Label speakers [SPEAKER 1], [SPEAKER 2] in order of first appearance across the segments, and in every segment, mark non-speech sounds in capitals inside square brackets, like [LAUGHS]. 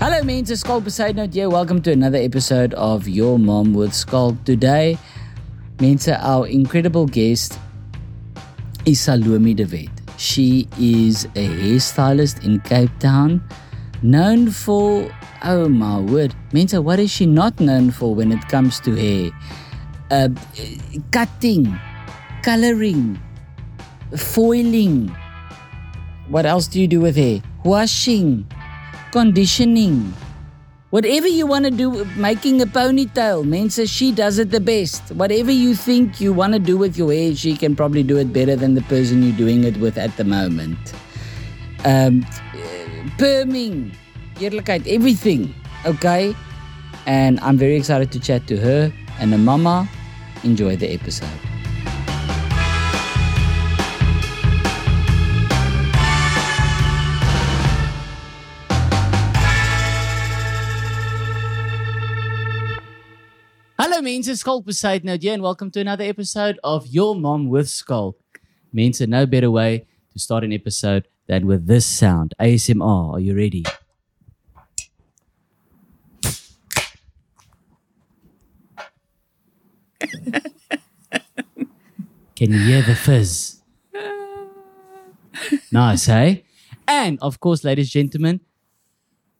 [SPEAKER 1] Hello, means of Skull Poseidon here. Welcome to another episode of Your Mom with Skull. Today, Mensa, our incredible guest is Salome De Wet. She is a hairstylist in Cape Town, known for, oh my word, Mensa, what is she not known for when it comes to hair? Uh, cutting, coloring, foiling. What else do you do with hair? Washing conditioning. Whatever you want to do, with making a ponytail, Mensa, she does it the best. Whatever you think you want to do with your hair, she can probably do it better than the person you're doing it with at the moment. Um, uh, perming, eerlikheid, everything, okay? And I'm very excited to chat to her and her mama. Enjoy the episode. Hallo mense, Skulk beside nou jy and welcome to another episode of Your Mom with Skulk. Mense, no better way to start an episode than with this sound. ASMR, are you ready? Can you hear the fizz? Nice, hey? And of course, ladies and gentlemen,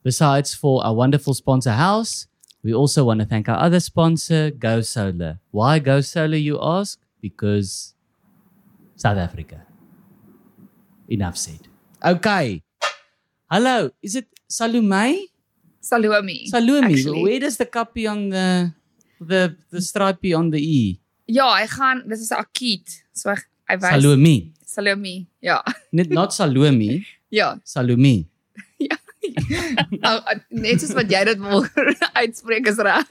[SPEAKER 1] Besides for our wonderful sponsor house, we also want to thank our other sponsor, Go Solar. Why Go Solar, you ask? Because South Africa. Enough said. Okay. Hello, is it Salome?
[SPEAKER 2] Salome.
[SPEAKER 1] Salome.
[SPEAKER 2] actually.
[SPEAKER 1] Where does the copy on the the the stripey on the E?
[SPEAKER 2] Ja, hy gaan dis is 'n akiet. So hy hy wys
[SPEAKER 1] Salome.
[SPEAKER 2] Salome. Ja.
[SPEAKER 1] Net not Salome,
[SPEAKER 2] Ja.
[SPEAKER 1] Salome.
[SPEAKER 2] Ou- ou- Net soos wat jy dit wil [LAUGHS] uitspreek is reg.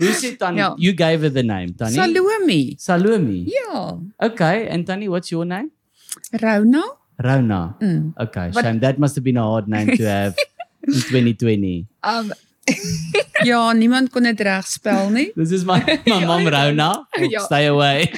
[SPEAKER 1] Who said Tani?
[SPEAKER 2] Ja.
[SPEAKER 1] You gave her the name, Tani.
[SPEAKER 3] Salome.
[SPEAKER 1] Salome.
[SPEAKER 3] Ja,
[SPEAKER 1] Okay, and Tani, what's your name?
[SPEAKER 3] Rona.
[SPEAKER 1] Rona.
[SPEAKER 3] Mm.
[SPEAKER 1] Okay,
[SPEAKER 2] But-
[SPEAKER 1] shame. That must have been a hard name [LAUGHS] to have in 2020.
[SPEAKER 2] Um
[SPEAKER 3] Ja, niemand kon dit reg spel nie.
[SPEAKER 1] This is my, my
[SPEAKER 2] [LAUGHS]
[SPEAKER 1] mom, Rona. Oh,
[SPEAKER 2] Yeah.
[SPEAKER 1] Stay away.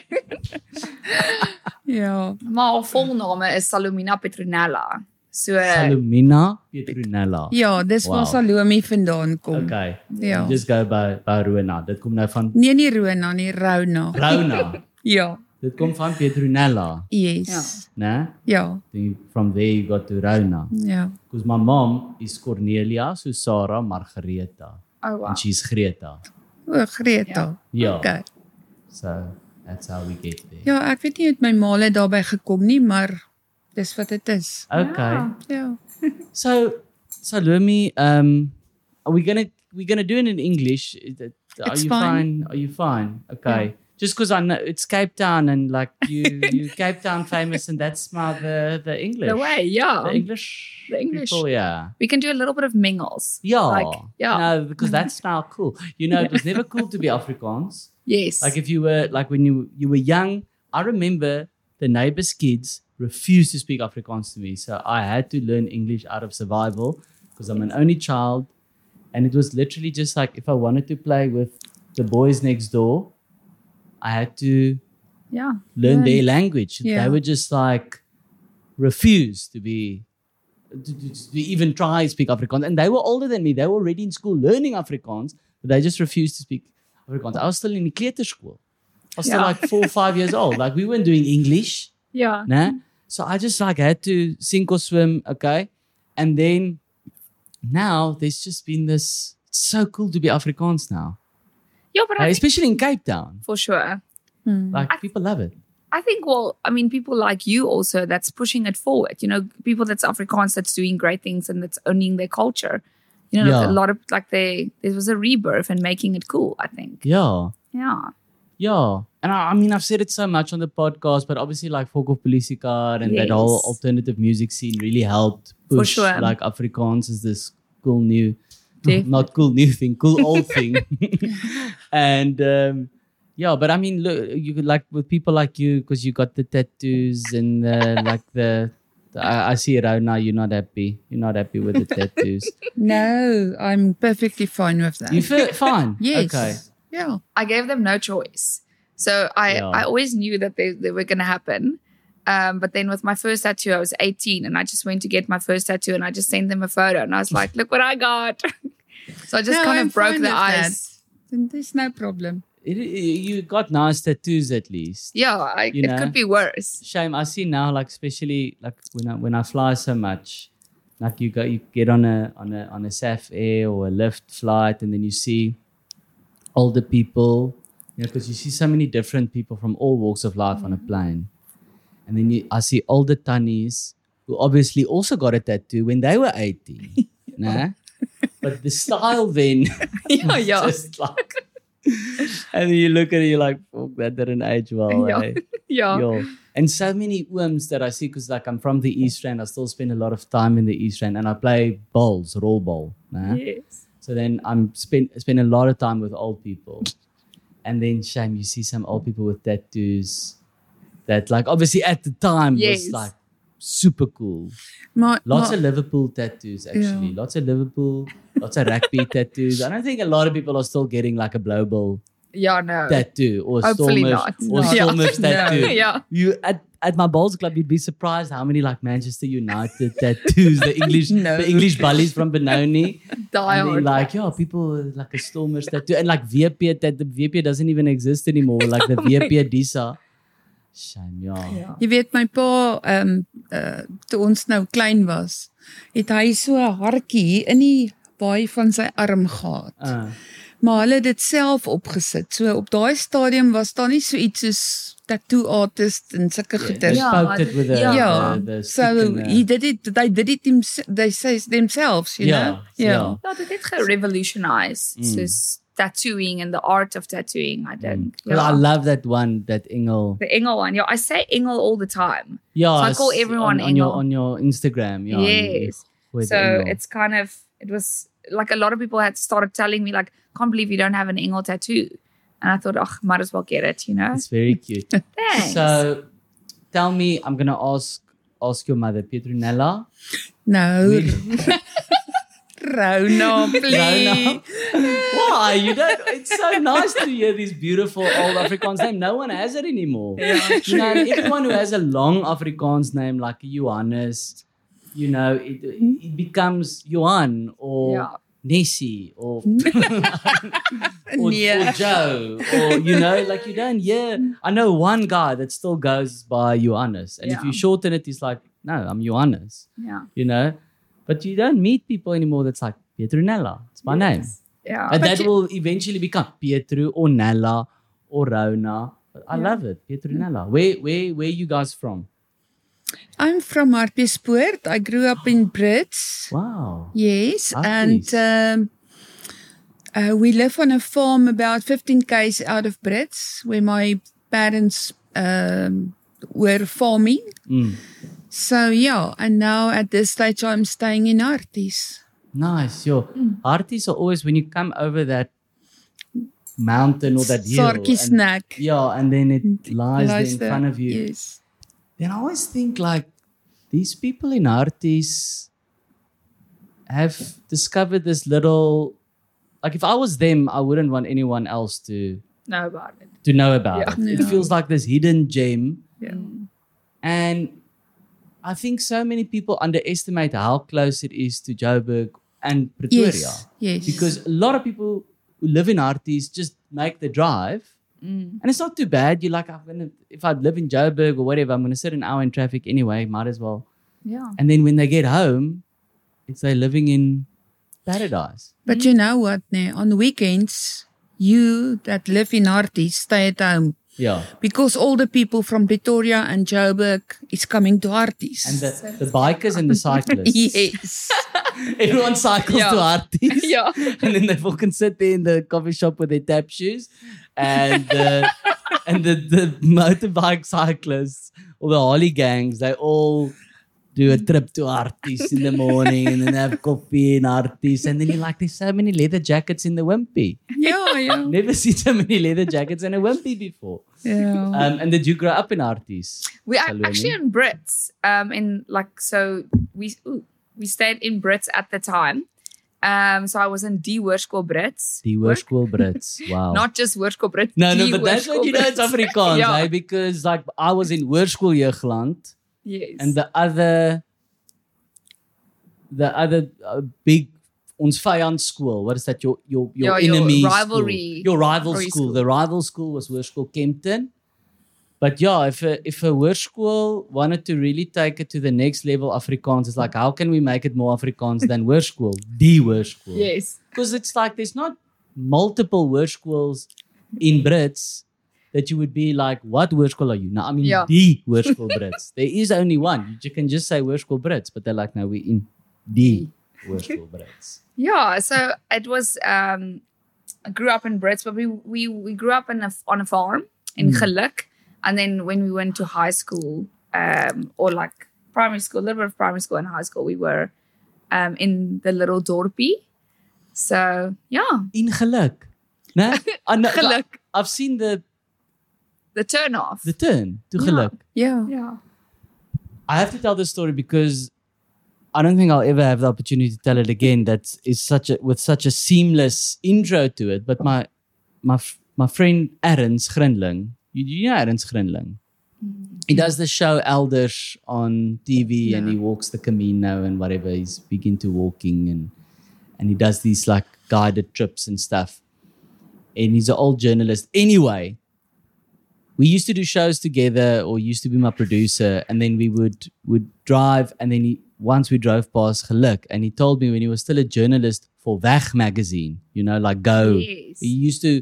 [SPEAKER 3] Ja.
[SPEAKER 2] maar haar volname is Salomina Petronella. So
[SPEAKER 1] Salomina Petronella.
[SPEAKER 3] Ja, dis wow.
[SPEAKER 1] Wow.
[SPEAKER 3] waar Salome vandaan kom. Okay.
[SPEAKER 1] Okay.
[SPEAKER 3] Ja.
[SPEAKER 1] Just go by, by Rona. Dit kom nou van
[SPEAKER 3] Nee, nie Rona nie, Rona.
[SPEAKER 2] [LAUGHS]
[SPEAKER 1] Rona.
[SPEAKER 3] Ja.
[SPEAKER 1] Dit kom van Petronella,
[SPEAKER 3] Yes.
[SPEAKER 1] né?
[SPEAKER 3] Ja.
[SPEAKER 1] Then From there you got to Rona.
[SPEAKER 3] Ja.
[SPEAKER 1] Because my mom is Cornelia, so Sarah, Margareta.
[SPEAKER 2] oh wow.
[SPEAKER 1] And she's Greta.
[SPEAKER 3] O, Greta.
[SPEAKER 1] Ja.
[SPEAKER 3] Okay.
[SPEAKER 1] So that's how we get there.
[SPEAKER 3] Ja, ek weet nie hoe dit my maal het daarby gekom nie, maar dis wat dit is.
[SPEAKER 1] Okay.
[SPEAKER 2] Yeah.
[SPEAKER 3] Ja.
[SPEAKER 1] So, Salome, um, are we gonna we're gonna do it in English? Is that- Are
[SPEAKER 3] It's
[SPEAKER 1] you
[SPEAKER 3] fine.
[SPEAKER 1] Are you fine? Okay. Just because I know it's Cape Town and like you, you [LAUGHS] Cape Town famous, and that's my the the English,
[SPEAKER 2] The way,
[SPEAKER 1] the
[SPEAKER 2] yeah.
[SPEAKER 1] English,
[SPEAKER 2] The English.
[SPEAKER 1] people, yeah.
[SPEAKER 2] We can do a little bit of mingles.
[SPEAKER 1] Yeah,
[SPEAKER 2] Like, yeah.
[SPEAKER 1] no, because that's now cool. You know, it was never cool
[SPEAKER 2] [LAUGHS]
[SPEAKER 1] to be Afrikaans.
[SPEAKER 2] Yes.
[SPEAKER 1] Like if you were like when you you were young, I remember the neighbors' kids refused to speak Afrikaans to me, so I had to learn English out of survival because I'm an only child, and it was literally just like if I wanted to play with the boys next door, I had to
[SPEAKER 2] yeah. Learn.
[SPEAKER 1] learn their language. They
[SPEAKER 3] Yeah.
[SPEAKER 1] would just like refuse to be. To, to, to even try to speak Afrikaans, and they were older than me. They were already in school learning Afrikaans, but they just refused to speak Afrikaans. I was still in the theater school. I was still
[SPEAKER 2] Yeah.
[SPEAKER 1] like four, five years old. Like we weren't doing English,
[SPEAKER 2] Yeah.
[SPEAKER 1] nah. So I just like had to sink or swim, okay. And then now there's just been this. It's so cool to be Afrikaans now,
[SPEAKER 2] Yeah, Ja, but I
[SPEAKER 1] Like,
[SPEAKER 2] think
[SPEAKER 1] especially in Cape Town.
[SPEAKER 2] for sure.
[SPEAKER 3] Hmm.
[SPEAKER 1] Like
[SPEAKER 2] I-
[SPEAKER 1] people love it.
[SPEAKER 2] I think, well, I mean, people like you also that's pushing it forward. You know, people that's Afrikaans that's doing great things and that's owning their culture. You know, like
[SPEAKER 1] Yeah.
[SPEAKER 2] a lot of like they there was a rebirth and making it cool. I think,
[SPEAKER 1] Yeah.
[SPEAKER 2] yeah,
[SPEAKER 1] Yeah. And I, I mean, I've said it so much on the podcast, but obviously, like Folk of Politica and that whole
[SPEAKER 2] Yes.
[SPEAKER 1] alternative music scene really helped push
[SPEAKER 2] For sure.
[SPEAKER 1] like Afrikaans is this cool new, [LAUGHS]
[SPEAKER 2] Def-
[SPEAKER 1] not cool new thing, cool old
[SPEAKER 2] [LAUGHS]
[SPEAKER 1] thing. and um, yeah, but I mean, look, you could like with people like you because you got the tattoos and the, like the. I, I see it out now. You're not happy. You're not happy with the tattoos.
[SPEAKER 3] No, Nou, I'm perfectly fine with that.
[SPEAKER 1] you
[SPEAKER 2] [LAUGHS]
[SPEAKER 1] feel fine.
[SPEAKER 3] yes.
[SPEAKER 1] Okay.
[SPEAKER 3] Ja.
[SPEAKER 2] I gave them no choice. So I
[SPEAKER 1] Yeah.
[SPEAKER 2] I always knew that they they were going to happen. Um, but then with my first tattoo, I was 18 and I just went to get my first tattoo and I just sent them a photo and I was like, look what I got. [LAUGHS] So I just
[SPEAKER 3] No,
[SPEAKER 2] kind
[SPEAKER 3] I'm
[SPEAKER 2] of broke
[SPEAKER 3] fine
[SPEAKER 2] the
[SPEAKER 3] with that.
[SPEAKER 2] ice.
[SPEAKER 3] Then there's no problem.
[SPEAKER 1] It, you got nice tattoos at least.
[SPEAKER 2] Yeah, I,
[SPEAKER 1] You
[SPEAKER 2] it
[SPEAKER 1] know?
[SPEAKER 2] could be worse. [LAUGHS]
[SPEAKER 1] Shame. I see now, like especially like when I when I fly so much, like you go you get on a on a on a SAF air or a lift flight, and then you see older people, you know, because you see so many different people from all walks of life
[SPEAKER 2] Mm-hmm.
[SPEAKER 1] on a plane, and then you I see older tunnies who obviously also got a tattoo when they were
[SPEAKER 2] [LAUGHS]
[SPEAKER 1] eighteen, nah? But the style then [LAUGHS]
[SPEAKER 2] yeah,
[SPEAKER 1] It's
[SPEAKER 2] yeah,
[SPEAKER 1] just like, [LAUGHS] and then you look at it, you're like, fuck, that didn't age well.
[SPEAKER 2] Yeah.
[SPEAKER 1] eh?
[SPEAKER 2] yeah.
[SPEAKER 1] Yo. And so many worms that I see, because like I'm from the East Rand, I still spend a lot of time in the East Rand, and I play bowls, roll bowl. né?
[SPEAKER 2] Yes.
[SPEAKER 1] So then I'm spend spend a lot of time with old people, and then shame you see some old people with tattoos, that like obviously at the time
[SPEAKER 2] Yes.
[SPEAKER 1] was like super cool.
[SPEAKER 3] Maar
[SPEAKER 1] Lots
[SPEAKER 3] maar,
[SPEAKER 1] of Liverpool tattoos, actually. Lots of Liverpool, lots of rugby tattoos. I don't think a lot of people are still getting like a blowball
[SPEAKER 2] Yeah, no. [LAUGHS]
[SPEAKER 1] tattoo or
[SPEAKER 2] Hopefully
[SPEAKER 1] Stormers
[SPEAKER 2] not.
[SPEAKER 1] or
[SPEAKER 3] No.
[SPEAKER 1] Stormers
[SPEAKER 3] Yeah.
[SPEAKER 1] tattoo.
[SPEAKER 2] yeah.
[SPEAKER 1] You at, at my bowls club, you'd be surprised how many like Manchester United tattoos,
[SPEAKER 2] [LAUGHS]
[SPEAKER 1] the English
[SPEAKER 3] No.
[SPEAKER 1] the English bullies from Benoni.
[SPEAKER 2] Die
[SPEAKER 1] And then
[SPEAKER 2] hard.
[SPEAKER 1] like, yeah, people with, like a Stormers tattoo. And like VP that the VP doesn't even exist anymore. Like
[SPEAKER 2] [LAUGHS]
[SPEAKER 1] the VP Disa. Shame, yeah.
[SPEAKER 2] yeah.
[SPEAKER 3] jy weet my pa ehm uh, toe ons nou klein was, het hy so 'n hartjie hier in die baai van sy arm gehad.
[SPEAKER 1] Uh,
[SPEAKER 3] Maar hulle het dit self opgesit. So op daai stadium was daar nie so iets soos tattoo artist en sulke
[SPEAKER 1] yeah,
[SPEAKER 3] goeie.
[SPEAKER 1] they
[SPEAKER 2] Yeah,
[SPEAKER 1] poked it with a,
[SPEAKER 2] yeah.
[SPEAKER 3] Yeah.
[SPEAKER 1] the, the stick
[SPEAKER 3] So
[SPEAKER 1] and a-
[SPEAKER 3] he did it. They did it them, they say themselves, you
[SPEAKER 1] Ja,
[SPEAKER 3] know. Ja.
[SPEAKER 1] yeah.
[SPEAKER 2] Yeah, they did go revolutionize
[SPEAKER 1] Mm.
[SPEAKER 2] this tattooing and the art of tattooing. I think.
[SPEAKER 1] Well, Mm. I love that one, that Engel.
[SPEAKER 2] the Engel one. Yeah, I say Engel all the time.
[SPEAKER 1] Yeah,
[SPEAKER 2] I
[SPEAKER 1] s-
[SPEAKER 2] call everyone
[SPEAKER 1] on, on your
[SPEAKER 2] Engel.
[SPEAKER 1] on your Instagram. Yeah, you-
[SPEAKER 2] yes.
[SPEAKER 1] with
[SPEAKER 2] So
[SPEAKER 1] Engel.
[SPEAKER 2] it's kind of it was like a lot of people had started telling me like, can't believe you don't have an Engel tattoo. And I thought, oh, might as well get it, you know?
[SPEAKER 1] it's very cute.
[SPEAKER 2] Thanks.
[SPEAKER 1] So tell me, I'm gonna ask ask your mother, Pietronella.
[SPEAKER 3] No, Nou, Rona, please.
[SPEAKER 1] Rona. Why you don't? It's so nice to hear these beautiful old Afrikaans name. No one has it anymore. You know, and everyone who has a long Afrikaans name like Johannes, you know, it, it becomes Johan or
[SPEAKER 2] yeah.
[SPEAKER 1] Nessie or [LAUGHS] or, or
[SPEAKER 3] Nee.
[SPEAKER 1] Joe, or you know, like you don't hear. I know one guy that still goes by Johannes, and if
[SPEAKER 2] Yeah.
[SPEAKER 1] you shorten it, he's like, no, I'm Johannes,
[SPEAKER 2] Yeah.
[SPEAKER 1] you know. But you don't meet people anymore that's like Pietronella, it's my name.
[SPEAKER 2] Yeah.
[SPEAKER 1] And
[SPEAKER 3] But
[SPEAKER 1] that
[SPEAKER 3] you-
[SPEAKER 1] will eventually become Pietru or Nella or Rona. But I
[SPEAKER 2] Yeah.
[SPEAKER 1] love it, Pietronella. Where, where, where you guys from?
[SPEAKER 3] I'm from Hartbeespoort. I grew up in Brits.
[SPEAKER 1] Wow.
[SPEAKER 3] Yes,
[SPEAKER 1] Hartbees.
[SPEAKER 3] and um, uh, we live on a farm about 15 k's out of Brits, where my parents um, were farming.
[SPEAKER 1] Mm.
[SPEAKER 3] So yeah, and now at this stage I'm staying in Artis.
[SPEAKER 1] Nice. Yo,
[SPEAKER 3] Hmm.
[SPEAKER 1] Artis are always when you come over that mountain or that hill.
[SPEAKER 3] Sarkie
[SPEAKER 1] and-
[SPEAKER 3] snack.
[SPEAKER 1] Yeah, and then it lies, there in
[SPEAKER 3] there.
[SPEAKER 1] front of you.
[SPEAKER 3] Yes.
[SPEAKER 1] Then I always think like these people in Artis have discovered this little like if I was them, I wouldn't want anyone else to
[SPEAKER 2] No about it.
[SPEAKER 1] to know about
[SPEAKER 2] Yeah.
[SPEAKER 1] it. It
[SPEAKER 3] Yeah.
[SPEAKER 1] feels like this hidden gem.
[SPEAKER 3] Yeah.
[SPEAKER 1] Mm. And I think so many people underestimate how close it is to Joburg and Pretoria.
[SPEAKER 3] Yes. Yes.
[SPEAKER 1] Because a lot of people who live in Artis just make the drive
[SPEAKER 2] Mm.
[SPEAKER 1] and it's not too bad. You're like, I'm gonna if I live in Joburg or whatever, I'm gonna sit an hour in traffic anyway. Might as well. [LAUGHS]
[SPEAKER 2] Yeah.
[SPEAKER 1] And then when they get home, it's they're living in paradise.
[SPEAKER 3] but you know what? Ne? On weekends, you that live in Artis stay at home
[SPEAKER 1] Yeah.
[SPEAKER 3] because all the people from Pretoria and Joburg is coming to Artis.
[SPEAKER 1] And the, the bikers
[SPEAKER 2] [LAUGHS]
[SPEAKER 1] and the cyclists.
[SPEAKER 3] [LAUGHS] yes.
[SPEAKER 1] Everyone cycles
[SPEAKER 2] Yeah.
[SPEAKER 1] to Arties.
[SPEAKER 2] Yeah.
[SPEAKER 1] [LAUGHS] And then they fucking sit there in the coffee shop with their tap shoes. And
[SPEAKER 2] [LAUGHS]
[SPEAKER 1] uh, and the, the motorbike cyclists or the Harley gangs, they all do a trip to Arties in the morning and then have coffee in Arties. And then you're like, there's so many leather jackets in the Wimpy.
[SPEAKER 3] yeah, yeah.
[SPEAKER 1] Never [LAUGHS] seen so many leather jackets in a Wimpy before.
[SPEAKER 3] Yeah.
[SPEAKER 1] Um, and did you grow up in Arties?
[SPEAKER 2] We are
[SPEAKER 1] Salome?
[SPEAKER 2] actually in Brits. Um, in like so we ooh, we stayed in Brits at the time. Um, so I was in D Hoërskool Brits.
[SPEAKER 1] The worst school Brits.
[SPEAKER 2] [LAUGHS]
[SPEAKER 1] Wow.
[SPEAKER 2] Not just Hoërskool Brits.
[SPEAKER 1] no, no,
[SPEAKER 2] die
[SPEAKER 1] but that's what
[SPEAKER 2] Hoërskool
[SPEAKER 1] you know it's
[SPEAKER 2] Brits.
[SPEAKER 1] Afrikaans,
[SPEAKER 2] [LAUGHS] Yeah.
[SPEAKER 1] eh? Because like I was in Hoërskool Jeugland
[SPEAKER 2] Yes.
[SPEAKER 1] and the other the other uh, big ons vyand school. What is that? Your your your
[SPEAKER 2] Yeah, your
[SPEAKER 1] enemy
[SPEAKER 2] rivalry-
[SPEAKER 1] School. Your rival
[SPEAKER 2] rivalry
[SPEAKER 1] school.
[SPEAKER 2] school.
[SPEAKER 1] The rival school was Hoërskool Kempton. But yeah, if a, if a hoërskool wanted to really take it to the next level, Afrikaans is like, how can we make it more Afrikaans
[SPEAKER 2] [LAUGHS]
[SPEAKER 1] than hoërskool? The hoërskool.
[SPEAKER 2] Yes.
[SPEAKER 1] because it's like there's not multiple word schools in Brits that you would be like, what word school are you? No, I mean
[SPEAKER 2] Yeah.
[SPEAKER 1] the word school Brits. [LAUGHS] There is only one. You can just say word school Brits, but they're like, no, we're in the word school Brits.
[SPEAKER 2] Yeah, so it was. Um, I grew up in Brits, but we we, we grew up in a, on a farm in
[SPEAKER 1] Mm.
[SPEAKER 2] Geluk, and then when we went to high school, um, or like primary school, a little bit of primary school and high school, we were um, in the little dorpie. So yeah,
[SPEAKER 1] In geluk. No,
[SPEAKER 2] [LAUGHS]
[SPEAKER 1] I know,
[SPEAKER 2] Geluk,
[SPEAKER 1] I've seen the
[SPEAKER 2] the turn off.
[SPEAKER 1] the turn to
[SPEAKER 3] Yeah.
[SPEAKER 1] geluk.
[SPEAKER 3] Yeah.
[SPEAKER 2] yeah,
[SPEAKER 1] I have to tell this story because I don't think I'll ever have the opportunity to tell it again. That is such a with such a seamless intro to it. But my my f- my friend Aaron's Grindling, you, you know Aaron's Grindling. He does the show Elders on TV, and
[SPEAKER 3] Yeah.
[SPEAKER 1] he walks the Camino and whatever. He's big into walking, and and he does these like guided trips and stuff. And he's an old journalist. Anyway, we used to do shows together or used to be my producer and then we would would drive and then he, once we drove past Geluk and he told me when he was still a journalist for Weg magazine you know like go
[SPEAKER 2] yes,
[SPEAKER 1] he used to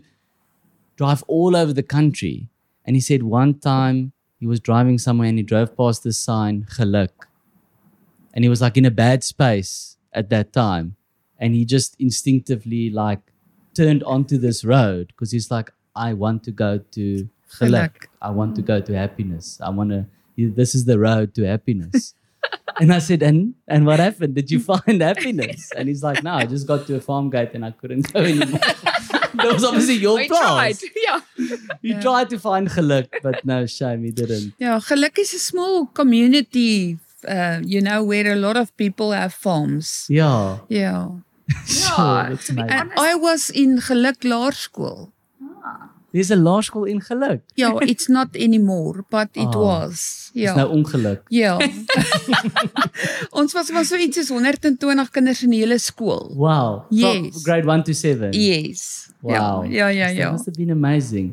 [SPEAKER 1] drive all over the country and he said one time he was driving somewhere and he drove past this sign Geluk and he was like in a bad space at that time and he just instinctively like turned onto this road because he's like i want to go to geluk
[SPEAKER 3] Geluk.
[SPEAKER 1] i want to go to happiness i want to this is the road to
[SPEAKER 3] [LAUGHS]
[SPEAKER 1] happiness and i said and and what happened did you find [LAUGHS] happiness and he's like no i just got to a farm gate and i couldn't go anymore
[SPEAKER 3] [LAUGHS]
[SPEAKER 1] that was obviously your
[SPEAKER 2] I
[SPEAKER 1] plan
[SPEAKER 2] tried. [LAUGHS] Yeah,
[SPEAKER 1] you
[SPEAKER 3] Yeah.
[SPEAKER 1] tried to find geluk but no shame you didn't
[SPEAKER 3] Yeah, Geluk ja, is a small community, uh, you know, where a lot of people have farms.
[SPEAKER 1] yeah
[SPEAKER 3] Yeah.
[SPEAKER 1] sure that's
[SPEAKER 2] to be
[SPEAKER 1] amazing.
[SPEAKER 3] And
[SPEAKER 2] Honest.
[SPEAKER 3] I was in Geluk Laerskool.
[SPEAKER 1] there's a law school in geluk [LAUGHS]
[SPEAKER 3] Yeah, Ja, it's not anymore, but it
[SPEAKER 1] Ah.
[SPEAKER 3] was.
[SPEAKER 1] Dis
[SPEAKER 3] Yeah.
[SPEAKER 1] nou ongeluk
[SPEAKER 3] Ja. [LAUGHS] Ons was maar so iets soos 120 kinders in die hele skool.
[SPEAKER 1] Wow. From
[SPEAKER 3] Yes.
[SPEAKER 1] grade one to seven.
[SPEAKER 3] Yes.
[SPEAKER 1] Wow.
[SPEAKER 3] Ja, ja, ja.
[SPEAKER 1] That
[SPEAKER 3] ja.
[SPEAKER 1] must have been amazing.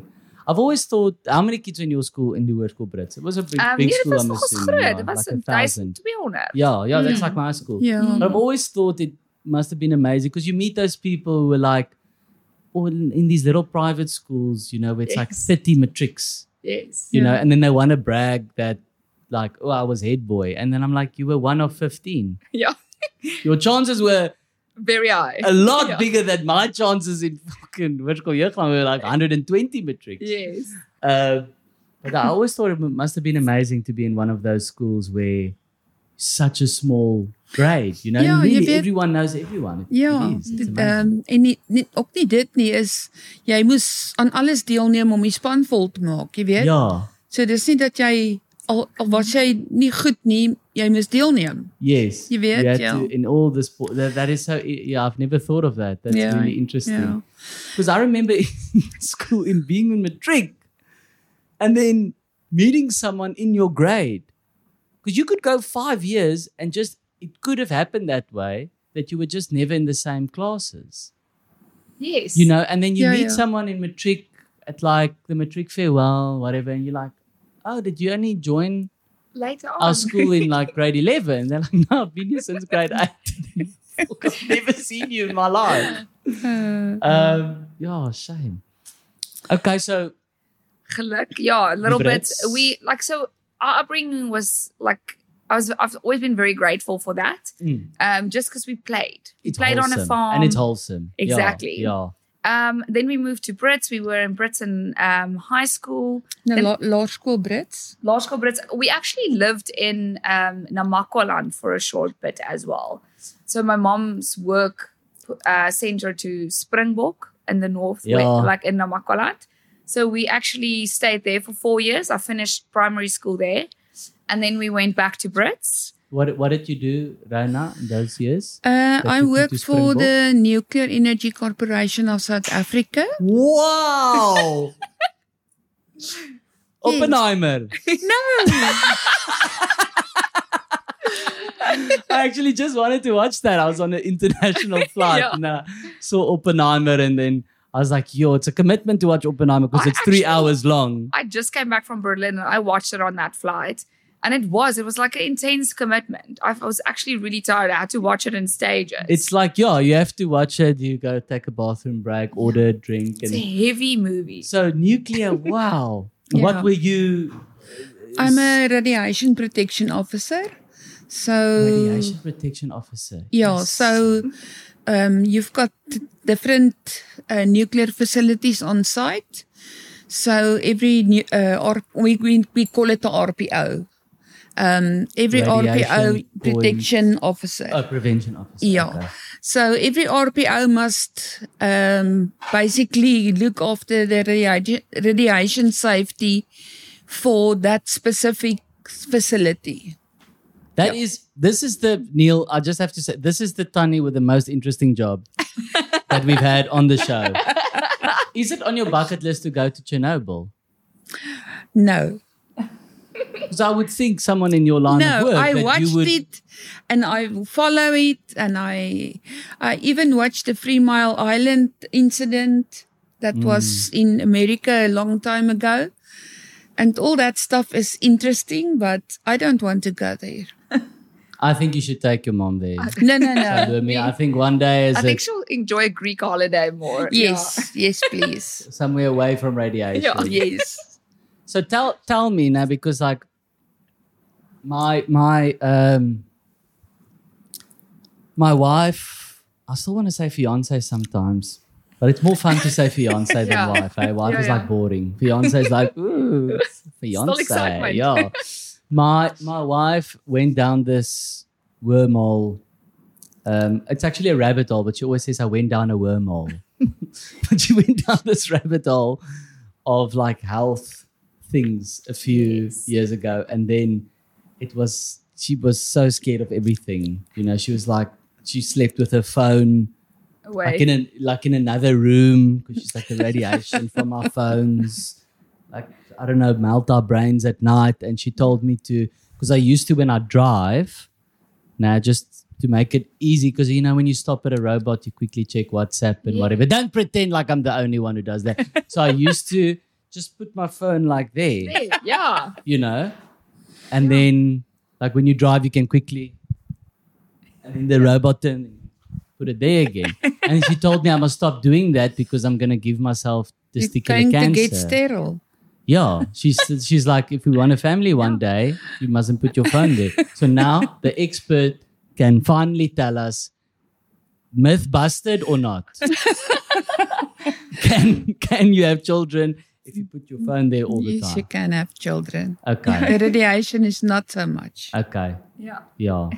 [SPEAKER 1] I've always thought, how many kids were in your school in the word school Brits? It was a big,
[SPEAKER 2] um,
[SPEAKER 1] big
[SPEAKER 2] yeah, it
[SPEAKER 1] school,
[SPEAKER 2] was
[SPEAKER 1] I'm
[SPEAKER 2] not
[SPEAKER 1] assuming.
[SPEAKER 2] good.
[SPEAKER 1] yeah,
[SPEAKER 2] It was
[SPEAKER 1] like a
[SPEAKER 2] a thousand
[SPEAKER 1] thousand.
[SPEAKER 2] to be honest.
[SPEAKER 1] Yeah, Oh, yeah, that's
[SPEAKER 2] Mm.
[SPEAKER 1] like my high school.
[SPEAKER 3] Ja.
[SPEAKER 1] But I've always thought it must have been amazing because you meet those people who are like, or in in these little private schools, you know, where it's like
[SPEAKER 2] Yes.
[SPEAKER 1] 30 matrics,
[SPEAKER 2] Yes.
[SPEAKER 1] you know,
[SPEAKER 3] Yeah.
[SPEAKER 1] and then they want to brag that, like, oh, I was head boy. And then I'm like, you were one of 15.
[SPEAKER 2] Yeah.
[SPEAKER 1] Your chances were
[SPEAKER 2] Very high.
[SPEAKER 1] a
[SPEAKER 3] [LAUGHS]
[SPEAKER 1] lot
[SPEAKER 2] Yeah.
[SPEAKER 1] bigger than my chances in fucking what you call year we were like 120 metrics.
[SPEAKER 2] Yes.
[SPEAKER 1] Uh, but I always thought it mu- must have been amazing to be in one of those schools where such a small grade, you know,
[SPEAKER 3] Yeah,
[SPEAKER 1] really
[SPEAKER 3] you bet.
[SPEAKER 1] everyone knows everyone. It,
[SPEAKER 3] Ja,
[SPEAKER 1] it is. It's
[SPEAKER 3] dit,
[SPEAKER 1] amazing.
[SPEAKER 3] ehm en nie, nie ook nie dit nie is jy moes aan alles deelneem om die span vol te maak, jy weet.
[SPEAKER 1] yeah,
[SPEAKER 3] So dis nie dat jy al, al was jy nie goed nie, jy moes deelneem.
[SPEAKER 1] yes.
[SPEAKER 3] You bet,
[SPEAKER 1] had
[SPEAKER 3] yeah.
[SPEAKER 1] to- in all the sport, that, that is so, yeah, I've never thought of that. That's
[SPEAKER 3] Yeah.
[SPEAKER 1] really interesting.
[SPEAKER 3] Ja.
[SPEAKER 1] Because I remember [LAUGHS] in school in being in matric and then meeting someone in your grade. Because you could go five years and just, it could have happened that way that you were just never in the same classes,
[SPEAKER 2] Yes.
[SPEAKER 1] you know? And then you
[SPEAKER 3] Yeah,
[SPEAKER 1] meet
[SPEAKER 3] yeah.
[SPEAKER 1] someone in matric at like the matric farewell, whatever, and you're like, oh, did you only join
[SPEAKER 2] later
[SPEAKER 3] Oh
[SPEAKER 2] on.
[SPEAKER 1] our school in
[SPEAKER 3] [LAUGHS]
[SPEAKER 1] like grade 11? They're like, no, I've been here since grade 8. [LAUGHS] I've never seen you in my life.
[SPEAKER 3] Uh,
[SPEAKER 1] Um, yeah, shame. Okay, so
[SPEAKER 2] Geluk, yeah, a little bit.
[SPEAKER 1] Brits.
[SPEAKER 2] We like so our upbringing was like I was I've always been very grateful for that.
[SPEAKER 1] Mm.
[SPEAKER 2] Um, just because we played, we
[SPEAKER 1] it's
[SPEAKER 2] played on a
[SPEAKER 1] wholesome,
[SPEAKER 2] farm,
[SPEAKER 1] and it's wholesome. Yeah,
[SPEAKER 2] Exactly.
[SPEAKER 1] Yeah.
[SPEAKER 2] um, then we moved to Brits. We were in Britain um, high school,
[SPEAKER 3] nou la, laerskool Brits.
[SPEAKER 2] law school Brits. We actually lived in um, Namaqualand for a short bit as well. So my mom's work uh, sent her to Springbok in the north,
[SPEAKER 1] Yeah.
[SPEAKER 2] where- like in Namaqualand. So we actually stayed there for four years. I finished primary school there, and then we went back to Brits.
[SPEAKER 1] What What did you do, Rana, in those years?
[SPEAKER 3] Uh
[SPEAKER 1] That
[SPEAKER 3] I
[SPEAKER 1] you did
[SPEAKER 3] work
[SPEAKER 1] to
[SPEAKER 3] for the Nuclear Energy Corporation of South Africa.
[SPEAKER 1] [LAUGHS] Wow! Oppenheimer.
[SPEAKER 3] No.
[SPEAKER 1] [LAUGHS] I actually just wanted to watch that. I was on an
[SPEAKER 2] [LAUGHS]
[SPEAKER 1] international flight
[SPEAKER 2] Yeah.
[SPEAKER 1] and I saw Oppenheimer, and then I was like, "Yo, it's a commitment to watch Oppenheimer because
[SPEAKER 2] I
[SPEAKER 1] it's three
[SPEAKER 2] actually-
[SPEAKER 1] hours long."
[SPEAKER 2] I just came back from Berlin and I watched it on that flight. And it was, it was like an intense commitment. I was actually really tired. I had to watch it in stages.
[SPEAKER 1] It's like, yeah, you have to watch it. You go take a bathroom break, order a drink,
[SPEAKER 2] It's
[SPEAKER 1] and
[SPEAKER 2] a heavy movie.
[SPEAKER 1] so nuclear. Wow, what
[SPEAKER 3] Yeah.
[SPEAKER 1] were you?
[SPEAKER 3] I'm a radiation protection officer. So
[SPEAKER 1] radiation protection officer.
[SPEAKER 3] Yeah,
[SPEAKER 1] Yes.
[SPEAKER 3] so um, you've got different uh, nuclear facilities on site. So every nu- uh, R- we, we we call it the RPO. Um, every
[SPEAKER 1] Radiation
[SPEAKER 3] RPO protection officer.
[SPEAKER 1] oh, prevention officer.
[SPEAKER 3] Yeah.
[SPEAKER 1] okay.
[SPEAKER 3] So every RPO must um, basically look after the radiation, radiation safety for that specific facility.
[SPEAKER 1] That is. this is the Neil. I just have to say this is the Tani with the most interesting
[SPEAKER 3] [LAUGHS]
[SPEAKER 1] job that we've had on the show. Is it on your bucket list to go to Chernobyl?
[SPEAKER 3] No.
[SPEAKER 1] Because I would think someone in your line of
[SPEAKER 3] no,
[SPEAKER 1] work
[SPEAKER 3] I
[SPEAKER 1] that you
[SPEAKER 3] watched
[SPEAKER 1] would.
[SPEAKER 3] it and I follow it and I I even watched the Three Mile Island incident that
[SPEAKER 1] Mm.
[SPEAKER 3] was in America a long time ago. And all that stuff is interesting, but I don't want to go
[SPEAKER 1] [LAUGHS]
[SPEAKER 3] there.
[SPEAKER 1] I think you should take your mom there.
[SPEAKER 3] No, no, no.
[SPEAKER 1] I, mean, I think one day is
[SPEAKER 2] I think
[SPEAKER 1] it
[SPEAKER 2] she'll enjoy a Greek holiday more.
[SPEAKER 3] yes, yes, please.
[SPEAKER 1] somewhere away from radiation.
[SPEAKER 2] Yeah.
[SPEAKER 3] yes.
[SPEAKER 1] So tell tell me now because like my my um my wife I still want to say fiance sometimes. But it's more fun to say fiance
[SPEAKER 2] [LAUGHS]
[SPEAKER 1] than
[SPEAKER 2] Yeah.
[SPEAKER 1] wife. Eh? Wife
[SPEAKER 2] Yeah,
[SPEAKER 1] is
[SPEAKER 2] yeah.
[SPEAKER 1] like boring. Fiance is
[SPEAKER 2] [LAUGHS]
[SPEAKER 1] like, ooh, fiance.
[SPEAKER 2] excitement.
[SPEAKER 1] yeah. My my wife went down this wormhole. Um, it's actually a rabbit hole, but she always says I went down a wormhole. [LAUGHS] but she went down this rabbit hole of like health things a few
[SPEAKER 2] Yes.
[SPEAKER 1] years ago, and then it was she was so scared of everything. You know, she was like she slept with her phone
[SPEAKER 2] Yeah, away.
[SPEAKER 1] like in an like in another room because she's like the radiation from our phones like i don't know melt our brains at night and she told me to because i used to when i drive now just to make it easy because you know when you stop at a robot you quickly check whatsapp and
[SPEAKER 2] Yeah.
[SPEAKER 1] whatever don't pretend like i'm the only one who does that so i used to just put my phone like there
[SPEAKER 2] There, yeah.
[SPEAKER 1] you know and then like when you drive you can quickly and then the robot turn put it there
[SPEAKER 3] [LAUGHS]
[SPEAKER 1] again and she told me i must stop doing that because i'm going to give myself
[SPEAKER 3] You're
[SPEAKER 1] testicular
[SPEAKER 3] going to
[SPEAKER 1] cancer
[SPEAKER 3] get sterile.
[SPEAKER 1] yeah she's she's like if we want a family one day you mustn't put your phone
[SPEAKER 3] [LAUGHS]
[SPEAKER 1] there so now the expert can finally tell us myth busted or
[SPEAKER 3] [LAUGHS]
[SPEAKER 1] not can can you have children if you put your phone there all the
[SPEAKER 3] Yes, you
[SPEAKER 1] time
[SPEAKER 3] can have children.
[SPEAKER 1] okay
[SPEAKER 3] [LAUGHS] The radiation is not so much.
[SPEAKER 1] okay
[SPEAKER 2] Yeah.
[SPEAKER 1] Yeah.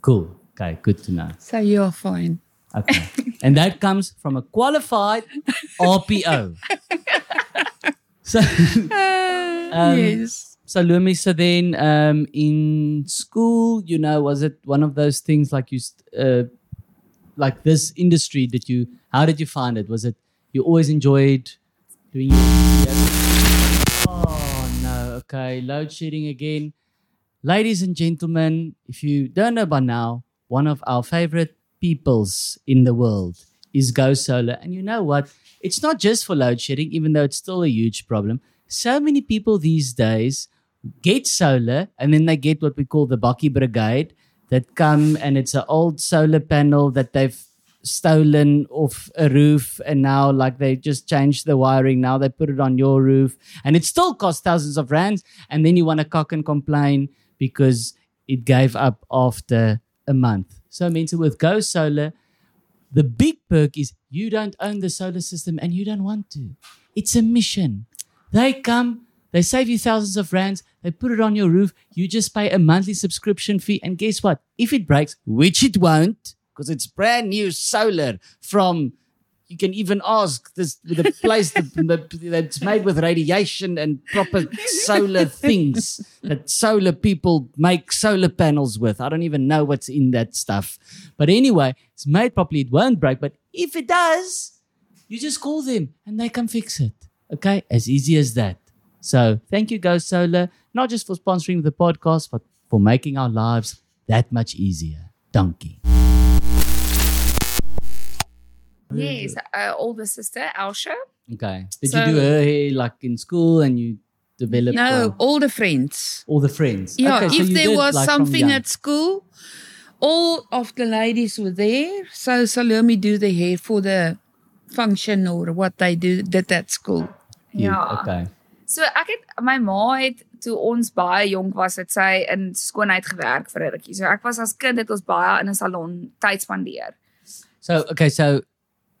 [SPEAKER 1] Cool. Okay, good to know.
[SPEAKER 3] So you're fine.
[SPEAKER 1] Okay. and that comes from a qualified RPO. so [LAUGHS] Um,
[SPEAKER 3] yes.
[SPEAKER 1] so Lumi, so then um, in school, you know, was it one of those things like you st- uh, like this industry that you how did you find it? Was it you always enjoyed doing Oh no, okay, load shedding again. Ladies and gentlemen, if you don't know by now, one of our favorite peoples in the world is Go Solar. And you know what? It's not just for load shedding, even though it's still a huge problem. So many people these days get solar and then they get what we call the Baki Brigade that come and it's an old solar panel that they've stolen off a roof and now like they just changed the wiring now they put it on your roof and it still costs thousands of rands and then you want to cock and complain because it gave up after a month so means with go solar the big perk is you don't own the solar system and you don't want to it's a mission they come they save you thousands of rands they put it on your roof you just pay a monthly subscription fee and guess what if it breaks which it won't because it's brand new solar from you can even ask this the place that, that- that's made with radiation and proper solar things that solar people make solar panels with. I don't even know what's in that stuff. But anyway, it's made properly, it won't break. But if it does, you just call them and they can fix it. Okay? As easy as that. So thank you, Go Solar, not just for sponsoring the podcast, but for making our lives that much easier. Donkey.
[SPEAKER 2] Yes, uh, older sister, Elsha.
[SPEAKER 1] Okay. Did
[SPEAKER 2] So-
[SPEAKER 1] you do her hair like in school and you developed
[SPEAKER 3] No,
[SPEAKER 1] uh,
[SPEAKER 3] all the friends.
[SPEAKER 1] all the friends?
[SPEAKER 3] Yeah,
[SPEAKER 1] Okay, so
[SPEAKER 3] if
[SPEAKER 1] you
[SPEAKER 3] there
[SPEAKER 1] did,
[SPEAKER 3] was
[SPEAKER 1] like, from
[SPEAKER 3] something
[SPEAKER 1] young.
[SPEAKER 3] at school, all of the ladies were there. So Salome do the hair for the function or what they do did at school.
[SPEAKER 1] You-
[SPEAKER 2] Ja.
[SPEAKER 1] Okay.
[SPEAKER 2] So ek het my ma het toe ons baie jonk was het sy in skoonheid gewerk vir 'n rukkie. So ek was as kind het ons baie in 'n salon tyd spandeer.
[SPEAKER 1] So okay, so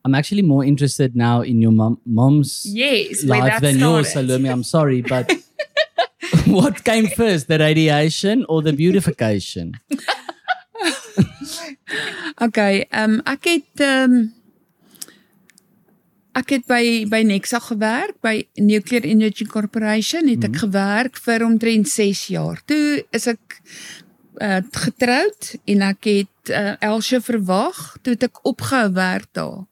[SPEAKER 1] I'm actually more interested now in your mom, mom's
[SPEAKER 2] Yes, where
[SPEAKER 1] life
[SPEAKER 2] that
[SPEAKER 1] than yours,
[SPEAKER 2] started.
[SPEAKER 1] Salome. I'm sorry,
[SPEAKER 3] [LAUGHS]
[SPEAKER 1] but [LAUGHS] what came first, the radiation or the beautification?
[SPEAKER 3] Okay, ehm um, ek het ehm um, ek het by by Nexa gewerk, by Nuclear Energy Corporation het ek gewerk vir omtrent 6 jaar. Toe is ek uh, getroud en ek het uh, Elsje verwag, toe het ek opgehou werk daar.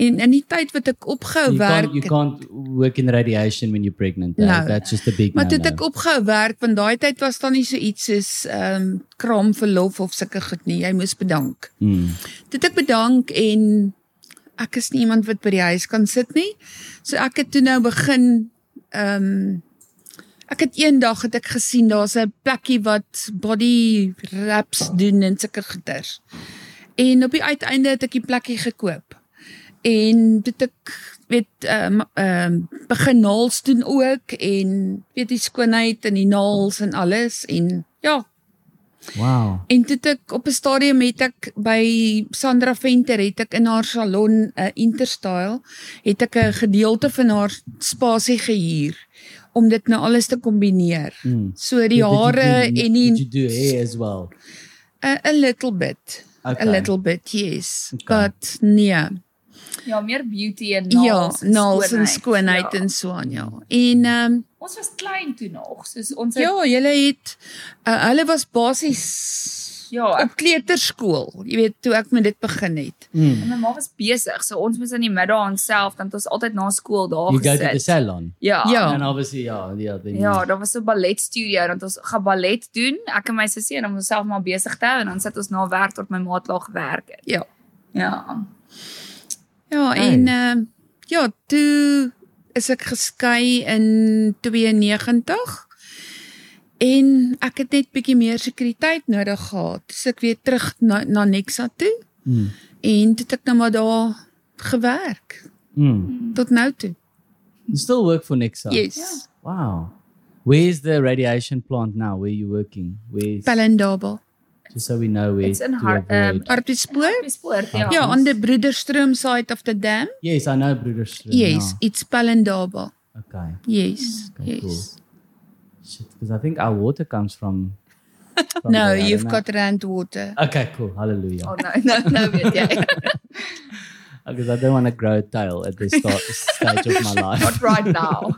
[SPEAKER 3] En in die tyd wat ek opgehou
[SPEAKER 1] You
[SPEAKER 3] Oh,
[SPEAKER 1] can't,
[SPEAKER 3] werk
[SPEAKER 1] you
[SPEAKER 3] het-
[SPEAKER 1] can't work in radiation when you're pregnant. eh?
[SPEAKER 3] No.
[SPEAKER 1] That's just a big
[SPEAKER 3] Maar toe het
[SPEAKER 1] no-no.
[SPEAKER 3] ek opgehou werk want daai tyd was daar nie so iets soos ehm um, kraamverlof of sulke goed nie. Jy moes bedank.
[SPEAKER 1] Mm.
[SPEAKER 3] Toe het ek bedank en ek is nie iemand wat by die huis kan sit nie. So ek het toe nou begin ehm um, ek het eendag het ek gesien daar's 'n plekkie wat body wraps doen en sulke goeters. En op die uiteinde het ek die plekkie gekoop. En dit ek weet ehm um, ehm um, begin naals doen ook en weet die skoonheid en die naals en alles en ja,
[SPEAKER 1] Wow.
[SPEAKER 3] En toe het ek op 'n stadium het ek by Sandra Venter het ek in haar salon uh, Interstyle het ek 'n gedeelte van haar spasie gehuur om dit nou alles te kombineer.
[SPEAKER 1] Mm.
[SPEAKER 3] So die
[SPEAKER 1] Did you
[SPEAKER 3] hare
[SPEAKER 1] do-
[SPEAKER 3] en
[SPEAKER 1] Did you
[SPEAKER 3] die
[SPEAKER 1] do hair as well?
[SPEAKER 3] a, a little bit.
[SPEAKER 1] Okay.
[SPEAKER 3] A little bit, yes.
[SPEAKER 1] Okay.
[SPEAKER 3] But nee.
[SPEAKER 2] Ja, meer beauty en nails.
[SPEAKER 3] Nails, ja, nails en skoonheid
[SPEAKER 2] Ja.
[SPEAKER 3] en so aan ja. En ehm um,
[SPEAKER 2] ons was klein toe nog. Soos ons het,
[SPEAKER 3] ja, julle het uh, hulle was basies
[SPEAKER 2] Ja, ek-
[SPEAKER 3] op kleuterskool, jy weet, toe ek met dit begin het.
[SPEAKER 1] Mm.
[SPEAKER 2] my ma was besig. So ons moes in die middag aan self dan het ons altyd na skool daar
[SPEAKER 1] You go to the
[SPEAKER 2] gesit.
[SPEAKER 1] salon.
[SPEAKER 2] Ja.
[SPEAKER 3] Ja.
[SPEAKER 1] And obviously, yeah, yeah. Then
[SPEAKER 2] Ja, daar was 'n balletstudio en ons gaan ballet doen. Ek en my sussie en om onsself maar besig te hou en dan sit ons na werk tot my ma klaar gewerk het.
[SPEAKER 3] Ja.
[SPEAKER 2] Ja.
[SPEAKER 3] Ja,
[SPEAKER 1] Hey.
[SPEAKER 3] en ehm ja, toe is ek geskei in 92. En ek het net bietjie meer sekuriteit nodig gehad. Dus ek weer terug na, na Nexa toe
[SPEAKER 1] Mm.
[SPEAKER 3] en toe het ek nou maar daar gewerk
[SPEAKER 1] Mm.
[SPEAKER 3] tot nou toe.
[SPEAKER 1] You still work for Nexa.
[SPEAKER 3] Yes.
[SPEAKER 2] Ja.
[SPEAKER 1] Wow. Where's the radiation plant now? Where you working? Where's
[SPEAKER 3] Pelendabel.
[SPEAKER 1] just so we know where
[SPEAKER 2] It's in
[SPEAKER 1] to
[SPEAKER 2] Har- um,
[SPEAKER 1] avoid.
[SPEAKER 3] Artspoor?
[SPEAKER 2] Bespoort,
[SPEAKER 1] Ja.
[SPEAKER 2] ja.
[SPEAKER 3] Ja, on the Broederstroom side of the dam.
[SPEAKER 1] yes, I know Broederstroom.
[SPEAKER 3] Yes,
[SPEAKER 1] Yeah.
[SPEAKER 3] it's Pelendabel.
[SPEAKER 1] Okay.
[SPEAKER 3] Yes.
[SPEAKER 1] Okay, cool.
[SPEAKER 3] Yes.
[SPEAKER 1] Shit, because I think our water comes from. from
[SPEAKER 3] [LAUGHS] No,
[SPEAKER 1] there, I don't
[SPEAKER 3] Nou, you've
[SPEAKER 1] know.
[SPEAKER 3] got rand water.
[SPEAKER 1] Okay, cool. Hallelujah.
[SPEAKER 2] Oh, nou, [LAUGHS] nou, nou weet jy.
[SPEAKER 1] Because I don't want to grow a tail at this
[SPEAKER 2] [LAUGHS]
[SPEAKER 1] start, stage of my life.
[SPEAKER 2] Not right now.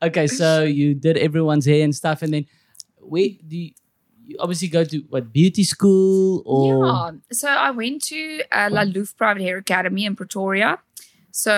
[SPEAKER 1] Okay, so you did everyone's hair and stuff, and then wait, do you, you obviously go to what beauty school or?
[SPEAKER 2] Yeah. Ja, So I went to uh, La Louvre Private Hair Academy in Pretoria. So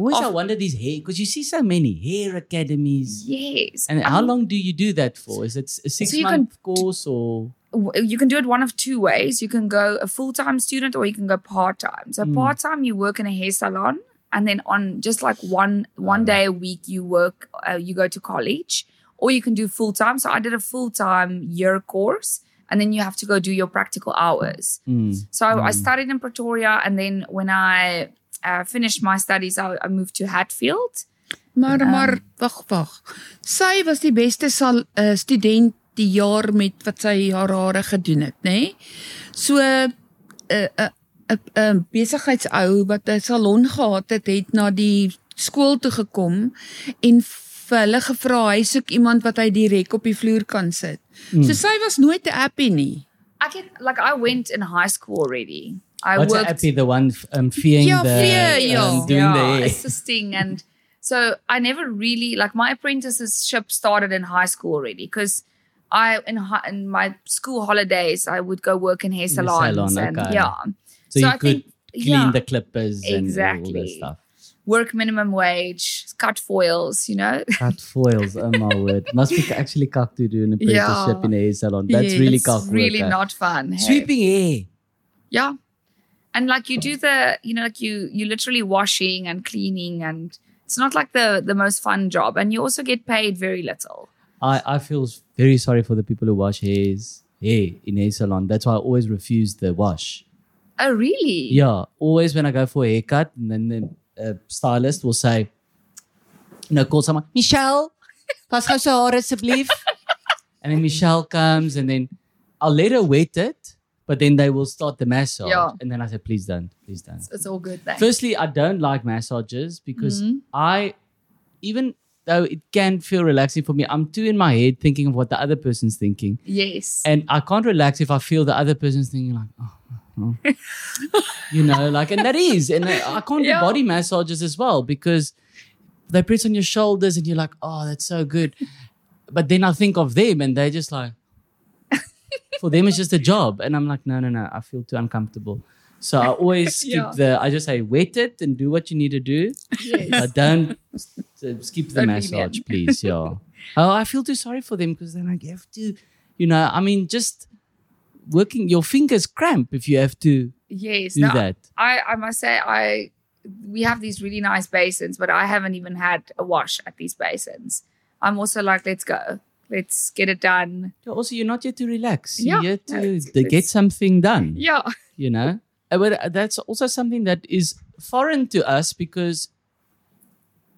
[SPEAKER 1] Always I
[SPEAKER 2] of-
[SPEAKER 1] wonder these hair because you see so many hair academies.
[SPEAKER 2] yes.
[SPEAKER 1] And how
[SPEAKER 2] Um,
[SPEAKER 1] long do you do that for? Is it a six
[SPEAKER 2] you
[SPEAKER 1] month course or?
[SPEAKER 2] w- you can do it one of two ways. You can go a full time student or you can go part time. So
[SPEAKER 1] Mm.
[SPEAKER 2] part time, you work in a hair salon, and then on just like one one
[SPEAKER 1] Alright.
[SPEAKER 2] day a week, you work. Uh, you go to college, or you can do full time. So I did a full time year course, and then you have to go do your practical hours. So I
[SPEAKER 1] Mm.
[SPEAKER 2] studied in Pretoria, and then when I uh, finished my studies, I, I moved to Hatfield.
[SPEAKER 3] Maar
[SPEAKER 2] Ehm.
[SPEAKER 3] maar wag wag. Sy was die beste sal uh, student die jaar met wat sy haar hare gedoen het, nê? Nee? So 'n uh, 'n uh, 'n uh, uh, besigheidsou wat 'n salon gehad het, het na die skool toe gekom en vir hulle gevra hy soek iemand wat hy direk op die vloer kan sit. Mm. So sy was nooit te happy nie.
[SPEAKER 2] I can like I went in high school already. I
[SPEAKER 1] What's
[SPEAKER 2] worked.
[SPEAKER 1] happy the one f- um, fearing
[SPEAKER 3] Yeah,
[SPEAKER 1] the
[SPEAKER 3] fear, yeah.
[SPEAKER 1] um, doing the hair.
[SPEAKER 2] assisting and so I never really like my apprenticeship started in high school already because I in, hi- in my school holidays I would go work in hair
[SPEAKER 1] the
[SPEAKER 2] salons
[SPEAKER 1] salon,
[SPEAKER 2] and
[SPEAKER 1] okay.
[SPEAKER 2] yeah
[SPEAKER 1] So, you
[SPEAKER 2] I
[SPEAKER 1] could
[SPEAKER 2] think
[SPEAKER 1] clean the clippers and all
[SPEAKER 2] Exactly.
[SPEAKER 1] that stuff.
[SPEAKER 2] work minimum wage, cut foils, you know?
[SPEAKER 1] Cut foils. Oh my word! Must be actually cock to do an apprenticeship
[SPEAKER 3] Yeah.
[SPEAKER 1] in a hair salon. That's
[SPEAKER 3] Yeah,
[SPEAKER 1] really
[SPEAKER 2] it's
[SPEAKER 1] cock.
[SPEAKER 2] really
[SPEAKER 1] work, eh?
[SPEAKER 2] not fun. hey.
[SPEAKER 1] Sweeping hair.
[SPEAKER 2] Yeah. And like you do the, you know, like you you literally washing and cleaning and it's not like the the most fun job and you also get paid very little.
[SPEAKER 1] I, I feel very sorry for the people who wash hairs hair in hair salon. That's why I always refuse the wash.
[SPEAKER 2] Oh really?
[SPEAKER 1] Yeah, always when I go for a haircut, and then the uh, stylist will say, "No, call someone, Michelle, pass gou sy hare asseblief." And then Michelle comes, and then I'll let her wet it, but then they will start the massage,
[SPEAKER 2] Yeah.
[SPEAKER 1] and then I say, "Please don't, please don't."
[SPEAKER 2] It's, it's all good then.
[SPEAKER 1] Firstly, I don't like massages because
[SPEAKER 2] Mhm.
[SPEAKER 1] I, even though it can feel relaxing for me, I'm too in my head thinking of what the other person's thinking.
[SPEAKER 2] yes.
[SPEAKER 1] And I can't relax if I feel the other person's thinking, like, oh, oh,
[SPEAKER 2] [LAUGHS]
[SPEAKER 1] oh." you know, like, and that is. And I, I can't
[SPEAKER 2] Yeah.
[SPEAKER 1] do body massages as well because they press on your shoulders and you're like, oh, that's so good. But then I think of them and they're just
[SPEAKER 2] [LAUGHS]
[SPEAKER 1] like, for them, it's just a job. And I'm like, no, no, no, I feel too uncomfortable. So I
[SPEAKER 2] [LAUGHS]
[SPEAKER 1] always skip
[SPEAKER 2] Yeah.
[SPEAKER 1] the, I just say, wet it and do what you need to do. But don't uh, skip the
[SPEAKER 2] Don't be
[SPEAKER 1] massage,
[SPEAKER 2] mean.
[SPEAKER 1] please.
[SPEAKER 2] [LAUGHS]
[SPEAKER 1] Yeah. Oh, I feel too sorry for them because then I have to, you know, I mean, just working your fingers cramp if you have to
[SPEAKER 2] yes.
[SPEAKER 1] do
[SPEAKER 2] No,
[SPEAKER 1] that.
[SPEAKER 2] I, I must say I we have these really nice basins, but I haven't even had a wash at these basins. I'm also like, let's go. Let's get it done.
[SPEAKER 1] Yeah, Also, you're not yet to relax.
[SPEAKER 2] Yeah,
[SPEAKER 1] You're here
[SPEAKER 2] no,
[SPEAKER 1] to
[SPEAKER 2] it's-
[SPEAKER 1] to get
[SPEAKER 2] it's-
[SPEAKER 1] something done.
[SPEAKER 2] Yeah.
[SPEAKER 1] you know Uh, but uh, that's also something that is foreign to us because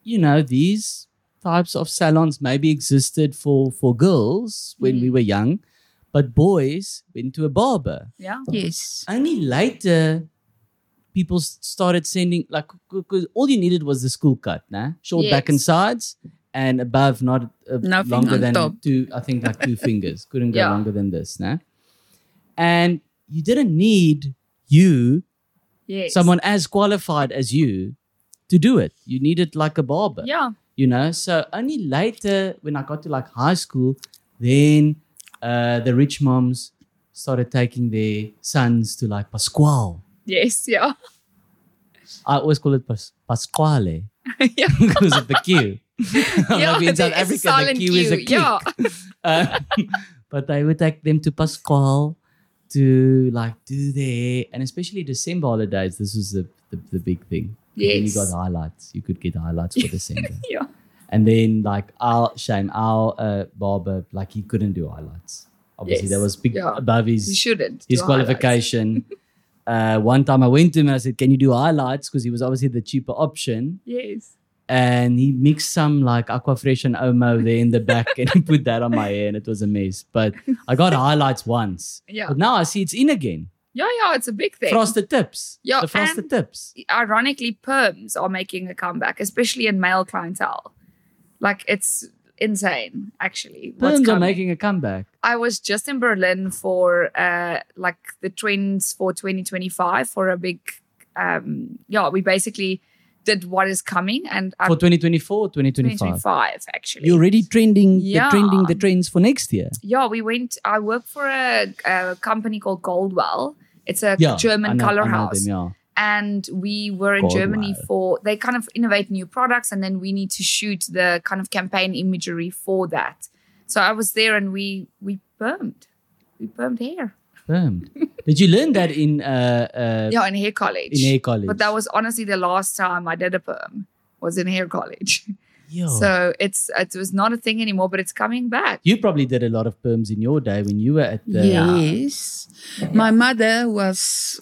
[SPEAKER 1] you know these types of salons maybe existed for for girls when
[SPEAKER 2] Mm.
[SPEAKER 1] we were young but boys went to a barber
[SPEAKER 2] Yeah.
[SPEAKER 3] Yes.
[SPEAKER 1] only later people s- started sending like c- c- all you needed was the school cut nah? short back and
[SPEAKER 2] Yes.
[SPEAKER 1] sides and above not uh,
[SPEAKER 3] Nothing
[SPEAKER 1] longer
[SPEAKER 3] on
[SPEAKER 1] than
[SPEAKER 3] top.
[SPEAKER 1] two i think like two fingers couldn't go
[SPEAKER 2] Yeah.
[SPEAKER 1] longer than this nah? and you didn't need you
[SPEAKER 2] Yes.
[SPEAKER 1] someone as qualified as you to do it you needed like a barber
[SPEAKER 2] Yeah.
[SPEAKER 1] you know so only later when i got to like high school then uh, the rich moms started taking their sons to like pasquale
[SPEAKER 2] Yes. Yeah.
[SPEAKER 1] i always call it pas- pasquale
[SPEAKER 2] [LAUGHS] yeah.
[SPEAKER 1] [LAUGHS] because of the
[SPEAKER 2] [LAUGHS]
[SPEAKER 1] q
[SPEAKER 2] yeah.
[SPEAKER 1] Like in
[SPEAKER 2] there
[SPEAKER 1] South
[SPEAKER 2] is a
[SPEAKER 1] Africa, the
[SPEAKER 2] silent
[SPEAKER 1] Q is a
[SPEAKER 2] queue.
[SPEAKER 1] click.
[SPEAKER 2] Yeah.
[SPEAKER 1] [LAUGHS] Uh, but I would take them to Pascal to like do their and especially December holidays. This was the the, the big thing. Then you
[SPEAKER 2] Yes.
[SPEAKER 1] got highlights. You could get highlights for December.
[SPEAKER 2] [LAUGHS] Yeah.
[SPEAKER 1] And then like our shame, our uh, barber like he couldn't do highlights. Obviously,
[SPEAKER 2] Yes.
[SPEAKER 1] that was big
[SPEAKER 2] Yeah.
[SPEAKER 1] above
[SPEAKER 2] You
[SPEAKER 1] his
[SPEAKER 2] shouldn't.
[SPEAKER 1] his
[SPEAKER 2] do highlights. [LAUGHS]
[SPEAKER 1] qualification. Uh, one time I went to him and I said, "Can you do highlights?" Because he was obviously the cheaper option
[SPEAKER 2] Yes.
[SPEAKER 1] and he mixed some like aquafresh and omo there in the back [LAUGHS] and he put that on my hair and it was a mess but i
[SPEAKER 2] [LAUGHS]
[SPEAKER 1] got highlights once
[SPEAKER 2] Yeah.
[SPEAKER 1] but now i see it's in again
[SPEAKER 2] Yeah. Yeah. It's a big thing.
[SPEAKER 1] frosted tips
[SPEAKER 2] Yeah,
[SPEAKER 1] the frosted tips
[SPEAKER 2] Ironically, perms are making a comeback, especially in male clientele. Like it's insane, actually. what's
[SPEAKER 1] Perms are
[SPEAKER 2] coming.
[SPEAKER 1] making a comeback
[SPEAKER 2] I was just in Berlin for uh, like the trends for 2025 for a big, um, yeah, we basically did what is coming and
[SPEAKER 1] for 2024 2025
[SPEAKER 2] 2025 actually.
[SPEAKER 1] you're already trending
[SPEAKER 2] Yeah.
[SPEAKER 1] the trending the trends for next year
[SPEAKER 2] yeah, we went, I work for a, a company called Goldwell. It's a
[SPEAKER 1] yeah I
[SPEAKER 2] German
[SPEAKER 1] know-
[SPEAKER 2] color
[SPEAKER 1] I know
[SPEAKER 2] house.
[SPEAKER 1] them,
[SPEAKER 2] and we were in
[SPEAKER 1] God,
[SPEAKER 2] Germany
[SPEAKER 1] wow.
[SPEAKER 2] for they kind of innovate new products and then we need to shoot the kind of campaign imagery for that. So I was there and we we permed. We permed hair.
[SPEAKER 1] yeah. Permed. did you learn that in uh, uh
[SPEAKER 2] [LAUGHS] yeah, in hair college.
[SPEAKER 1] in hair college
[SPEAKER 2] But that was honestly the last time I did a perm was in hair college.
[SPEAKER 1] Yo.
[SPEAKER 2] So it's it was not a thing anymore, but it's coming back.
[SPEAKER 1] you probably did a lot of perms in your day when you were at the
[SPEAKER 3] Yes. My mother was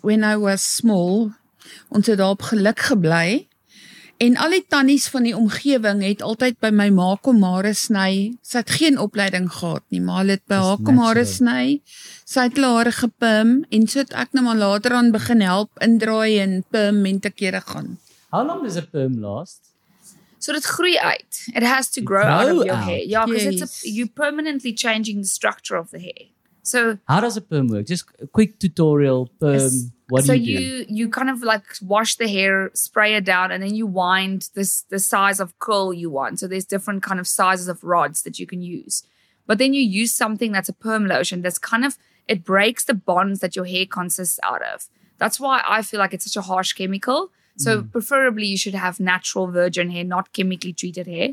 [SPEAKER 3] when I was small ons het daarop geluk gebly en al die tannies van die omgewing het altyd by my ma kom hare sny. Sy het geen opleiding gehad nie, maar hulle het by
[SPEAKER 1] Dis
[SPEAKER 3] haar kom hare
[SPEAKER 1] natural.
[SPEAKER 3] sny. Sy het hulle hare gepim en so het ek nou maar later aan begin help indraai en pim en te kere gaan.
[SPEAKER 1] how long does a perm last
[SPEAKER 2] So dit groei uit. It has to
[SPEAKER 1] It
[SPEAKER 2] grow out
[SPEAKER 1] grow
[SPEAKER 2] of your
[SPEAKER 1] out.
[SPEAKER 2] hair. Yeah, because it's
[SPEAKER 3] Yes.
[SPEAKER 2] a, you're permanently changing the structure of the hair. So
[SPEAKER 1] How does a perm work? Just a quick tutorial perm.
[SPEAKER 2] Yes.
[SPEAKER 1] What
[SPEAKER 2] so
[SPEAKER 1] do you, do?
[SPEAKER 2] you you kind of like wash the hair, spray it down, and then you wind this the size of curl you want. So there's different kind of sizes of rods that you can use. But then you use something that's a perm lotion that's kind of it breaks the bonds that your hair consists out of. That's why I feel like it's such a harsh chemical. So
[SPEAKER 1] Mm.
[SPEAKER 2] preferably you should have natural virgin hair, not chemically treated hair.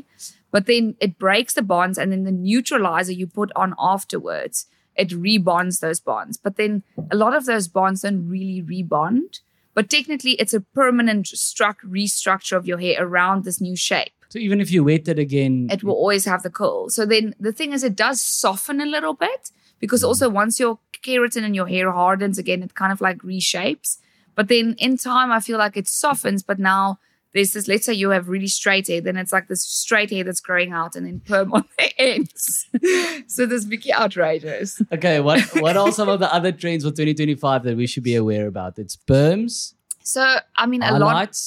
[SPEAKER 2] But then it breaks the bonds and then the neutralizer you put on afterwards, it rebonds those bonds. But then a lot of those bonds don't really rebond. But technically it's a permanent struck restructure of your hair around this new shape
[SPEAKER 1] So even if you wait it again,
[SPEAKER 2] it will always have the curl. So then the thing is, it does soften a little bit because also once your keratin and your hair hardens again, it kind of like reshapes. But then in time, I feel like it softens. But now there's this, let's say you have really straight hair, then it's like this straight hair that's growing out and then perm on the [LAUGHS] ends. so this became outrageous.
[SPEAKER 1] Okay, what what are some of the other trends for 2025 that we should be aware about? It's perms,
[SPEAKER 2] So, I mean, a lot.
[SPEAKER 1] highlights.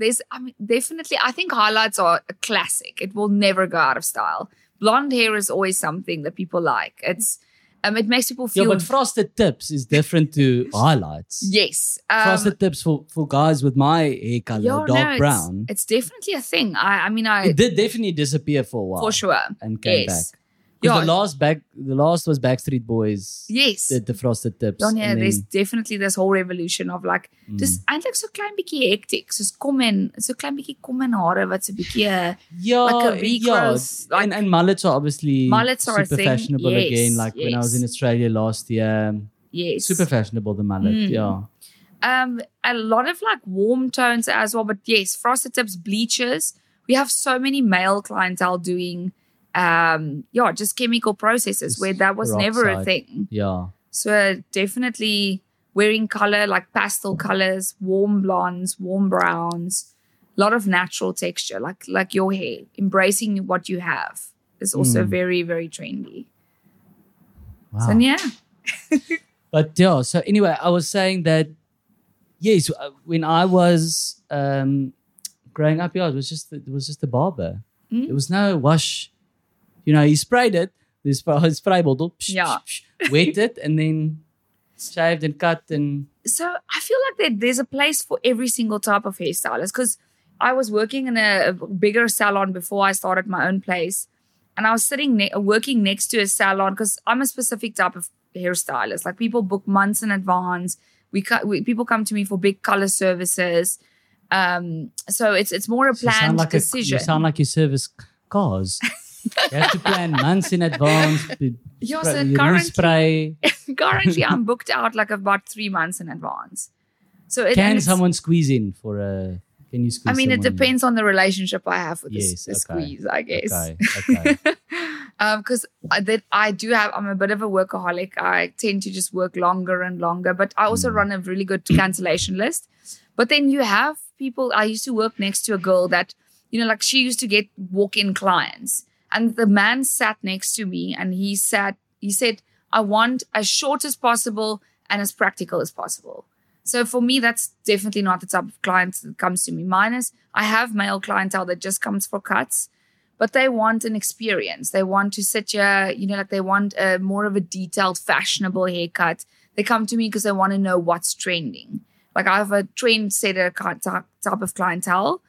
[SPEAKER 2] there's I mean definitely I think highlights are a classic. It will never go out of style. Blonde hair is always something that people like. It's um it makes people
[SPEAKER 1] Yeah,
[SPEAKER 2] feel
[SPEAKER 1] but frosted tips is different
[SPEAKER 2] [LAUGHS]
[SPEAKER 1] to highlights.
[SPEAKER 2] yes. Um,
[SPEAKER 1] frosted tips for, for guys with my hair color,
[SPEAKER 2] yeah, no,
[SPEAKER 1] dark
[SPEAKER 2] it's-
[SPEAKER 1] brown.
[SPEAKER 2] It's, definitely a thing. I I mean I
[SPEAKER 1] it did definitely disappear for a while
[SPEAKER 2] for sure.
[SPEAKER 1] and came
[SPEAKER 2] yes.
[SPEAKER 1] back. 'Cause
[SPEAKER 2] Yeah.
[SPEAKER 1] the last back, the last was Backstreet Boys.
[SPEAKER 2] yes.
[SPEAKER 1] Did the frosted tips?
[SPEAKER 2] Blonde hair,
[SPEAKER 1] and
[SPEAKER 2] there's
[SPEAKER 1] then- mm.
[SPEAKER 2] definitely this whole revolution of like
[SPEAKER 1] Hmm.
[SPEAKER 2] dis eintlik so klein bietjie hectiek, soos kom en so klein bietjie kom en hare wat so bietjie uh,
[SPEAKER 1] yeah,
[SPEAKER 2] like a regrowth,
[SPEAKER 1] yeah. and,
[SPEAKER 2] like-
[SPEAKER 1] and mullets are obviously
[SPEAKER 2] Mullets are
[SPEAKER 1] super
[SPEAKER 2] a thing,
[SPEAKER 1] fashionable
[SPEAKER 2] yes,
[SPEAKER 1] again. Like when I was
[SPEAKER 2] yes.
[SPEAKER 1] in Australia last year,
[SPEAKER 2] yes.
[SPEAKER 1] super fashionable the mullet.
[SPEAKER 2] Mm.
[SPEAKER 1] Yeah,
[SPEAKER 2] um a lot of like warm tones as well but yes frosted tips bleachers we have so many male clientele doing um yeah just chemical processes
[SPEAKER 1] Just
[SPEAKER 2] where that was never a
[SPEAKER 1] peroxide.
[SPEAKER 2] thing
[SPEAKER 1] yeah.
[SPEAKER 2] so uh, definitely wearing color like pastel colors warm blondes warm browns a lot of natural texture like like your hair embracing what you have is also
[SPEAKER 1] Mm.
[SPEAKER 2] very very trendy
[SPEAKER 1] Wow.
[SPEAKER 2] so yeah
[SPEAKER 1] But yeah, so anyway, I was saying that yes, uh, when I was um, growing up, yeah, it was just it was just a barber.
[SPEAKER 2] Mm.
[SPEAKER 1] There was no wash. You know, he sprayed it. This [LAUGHS] spray, spray bottle. Psh,
[SPEAKER 2] Yeah.
[SPEAKER 1] psh, psh, wet it and then shaved and cut and
[SPEAKER 2] so I feel like that there's a place for every single type of hairstylist because I was working in a, a bigger salon before I started my own place, and I was sitting ne- working next to a salon because I'm a specific type of hairstylist. Like people book months in advance. We, co- we people come to me for big color services. Um, so it's it's more a
[SPEAKER 1] So you sound
[SPEAKER 2] planned
[SPEAKER 1] like a-
[SPEAKER 2] decision.
[SPEAKER 1] you sound like you service
[SPEAKER 2] [LAUGHS]
[SPEAKER 1] cars. you have to plan months in advance. You
[SPEAKER 2] Yeah, so
[SPEAKER 1] spray, you
[SPEAKER 2] currently-
[SPEAKER 1] spray.
[SPEAKER 2] [LAUGHS] Currently, I'm booked out like about three months in advance. So it, and
[SPEAKER 1] Can
[SPEAKER 2] it's-
[SPEAKER 1] someone squeeze in for a? Can you squeeze?
[SPEAKER 2] I mean, it
[SPEAKER 1] someone in?
[SPEAKER 2] depends on the relationship I have with
[SPEAKER 1] Yes,
[SPEAKER 2] this the
[SPEAKER 1] okay.
[SPEAKER 2] squeeze, I guess.
[SPEAKER 1] Okay,
[SPEAKER 2] [LAUGHS]
[SPEAKER 1] okay.
[SPEAKER 2] because Um, I that I do have I'm a bit of a workaholic. I tend to just work longer and longer, but I also
[SPEAKER 1] Mm.
[SPEAKER 2] run a really good cancellation list. But then you have people. I used to work next to a girl that you know, like she used to get walk-in clients, and the man sat next to me, and he sat. He said, "I want as short as possible and as practical as possible." So for me, that's definitely not the type of client that comes to me. Minus, I have male clientele that just comes for cuts but they want an experience. They want to sit here, you know, like they want a more of a detailed, fashionable haircut. They come to me because they want to know what's trending. Like I have a trendsetter ki- ty- type of clientele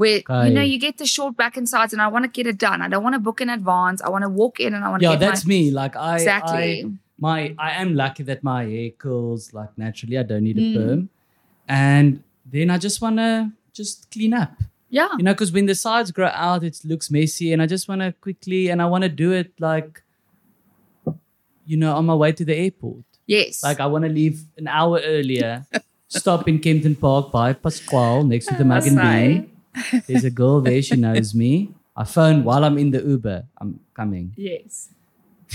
[SPEAKER 2] where
[SPEAKER 1] Okay.
[SPEAKER 2] you know you get the short back and sides, and I want to get it done. I don't want to book in advance. I want to walk in and I want to
[SPEAKER 1] yeah,
[SPEAKER 2] get
[SPEAKER 1] that's
[SPEAKER 2] my,
[SPEAKER 1] me. Like I
[SPEAKER 2] exactly.
[SPEAKER 1] I, my I am lucky that my hair curls like naturally. I don't need a
[SPEAKER 2] Mm.
[SPEAKER 1] perm, and then I just wanna just clean up.
[SPEAKER 2] yeah,
[SPEAKER 1] You know, because when the sides grow out, it looks messy, and I just wanna quickly and I wanna do it like, you know, on my way to the airport.
[SPEAKER 2] yes,
[SPEAKER 1] Like I wanna leave an hour earlier. Stop in Kempton Park by Pasquale next to the Mug and Bean. There's a girl there. She knows me. I phone while I'm in the Uber. I'm coming.
[SPEAKER 2] yes,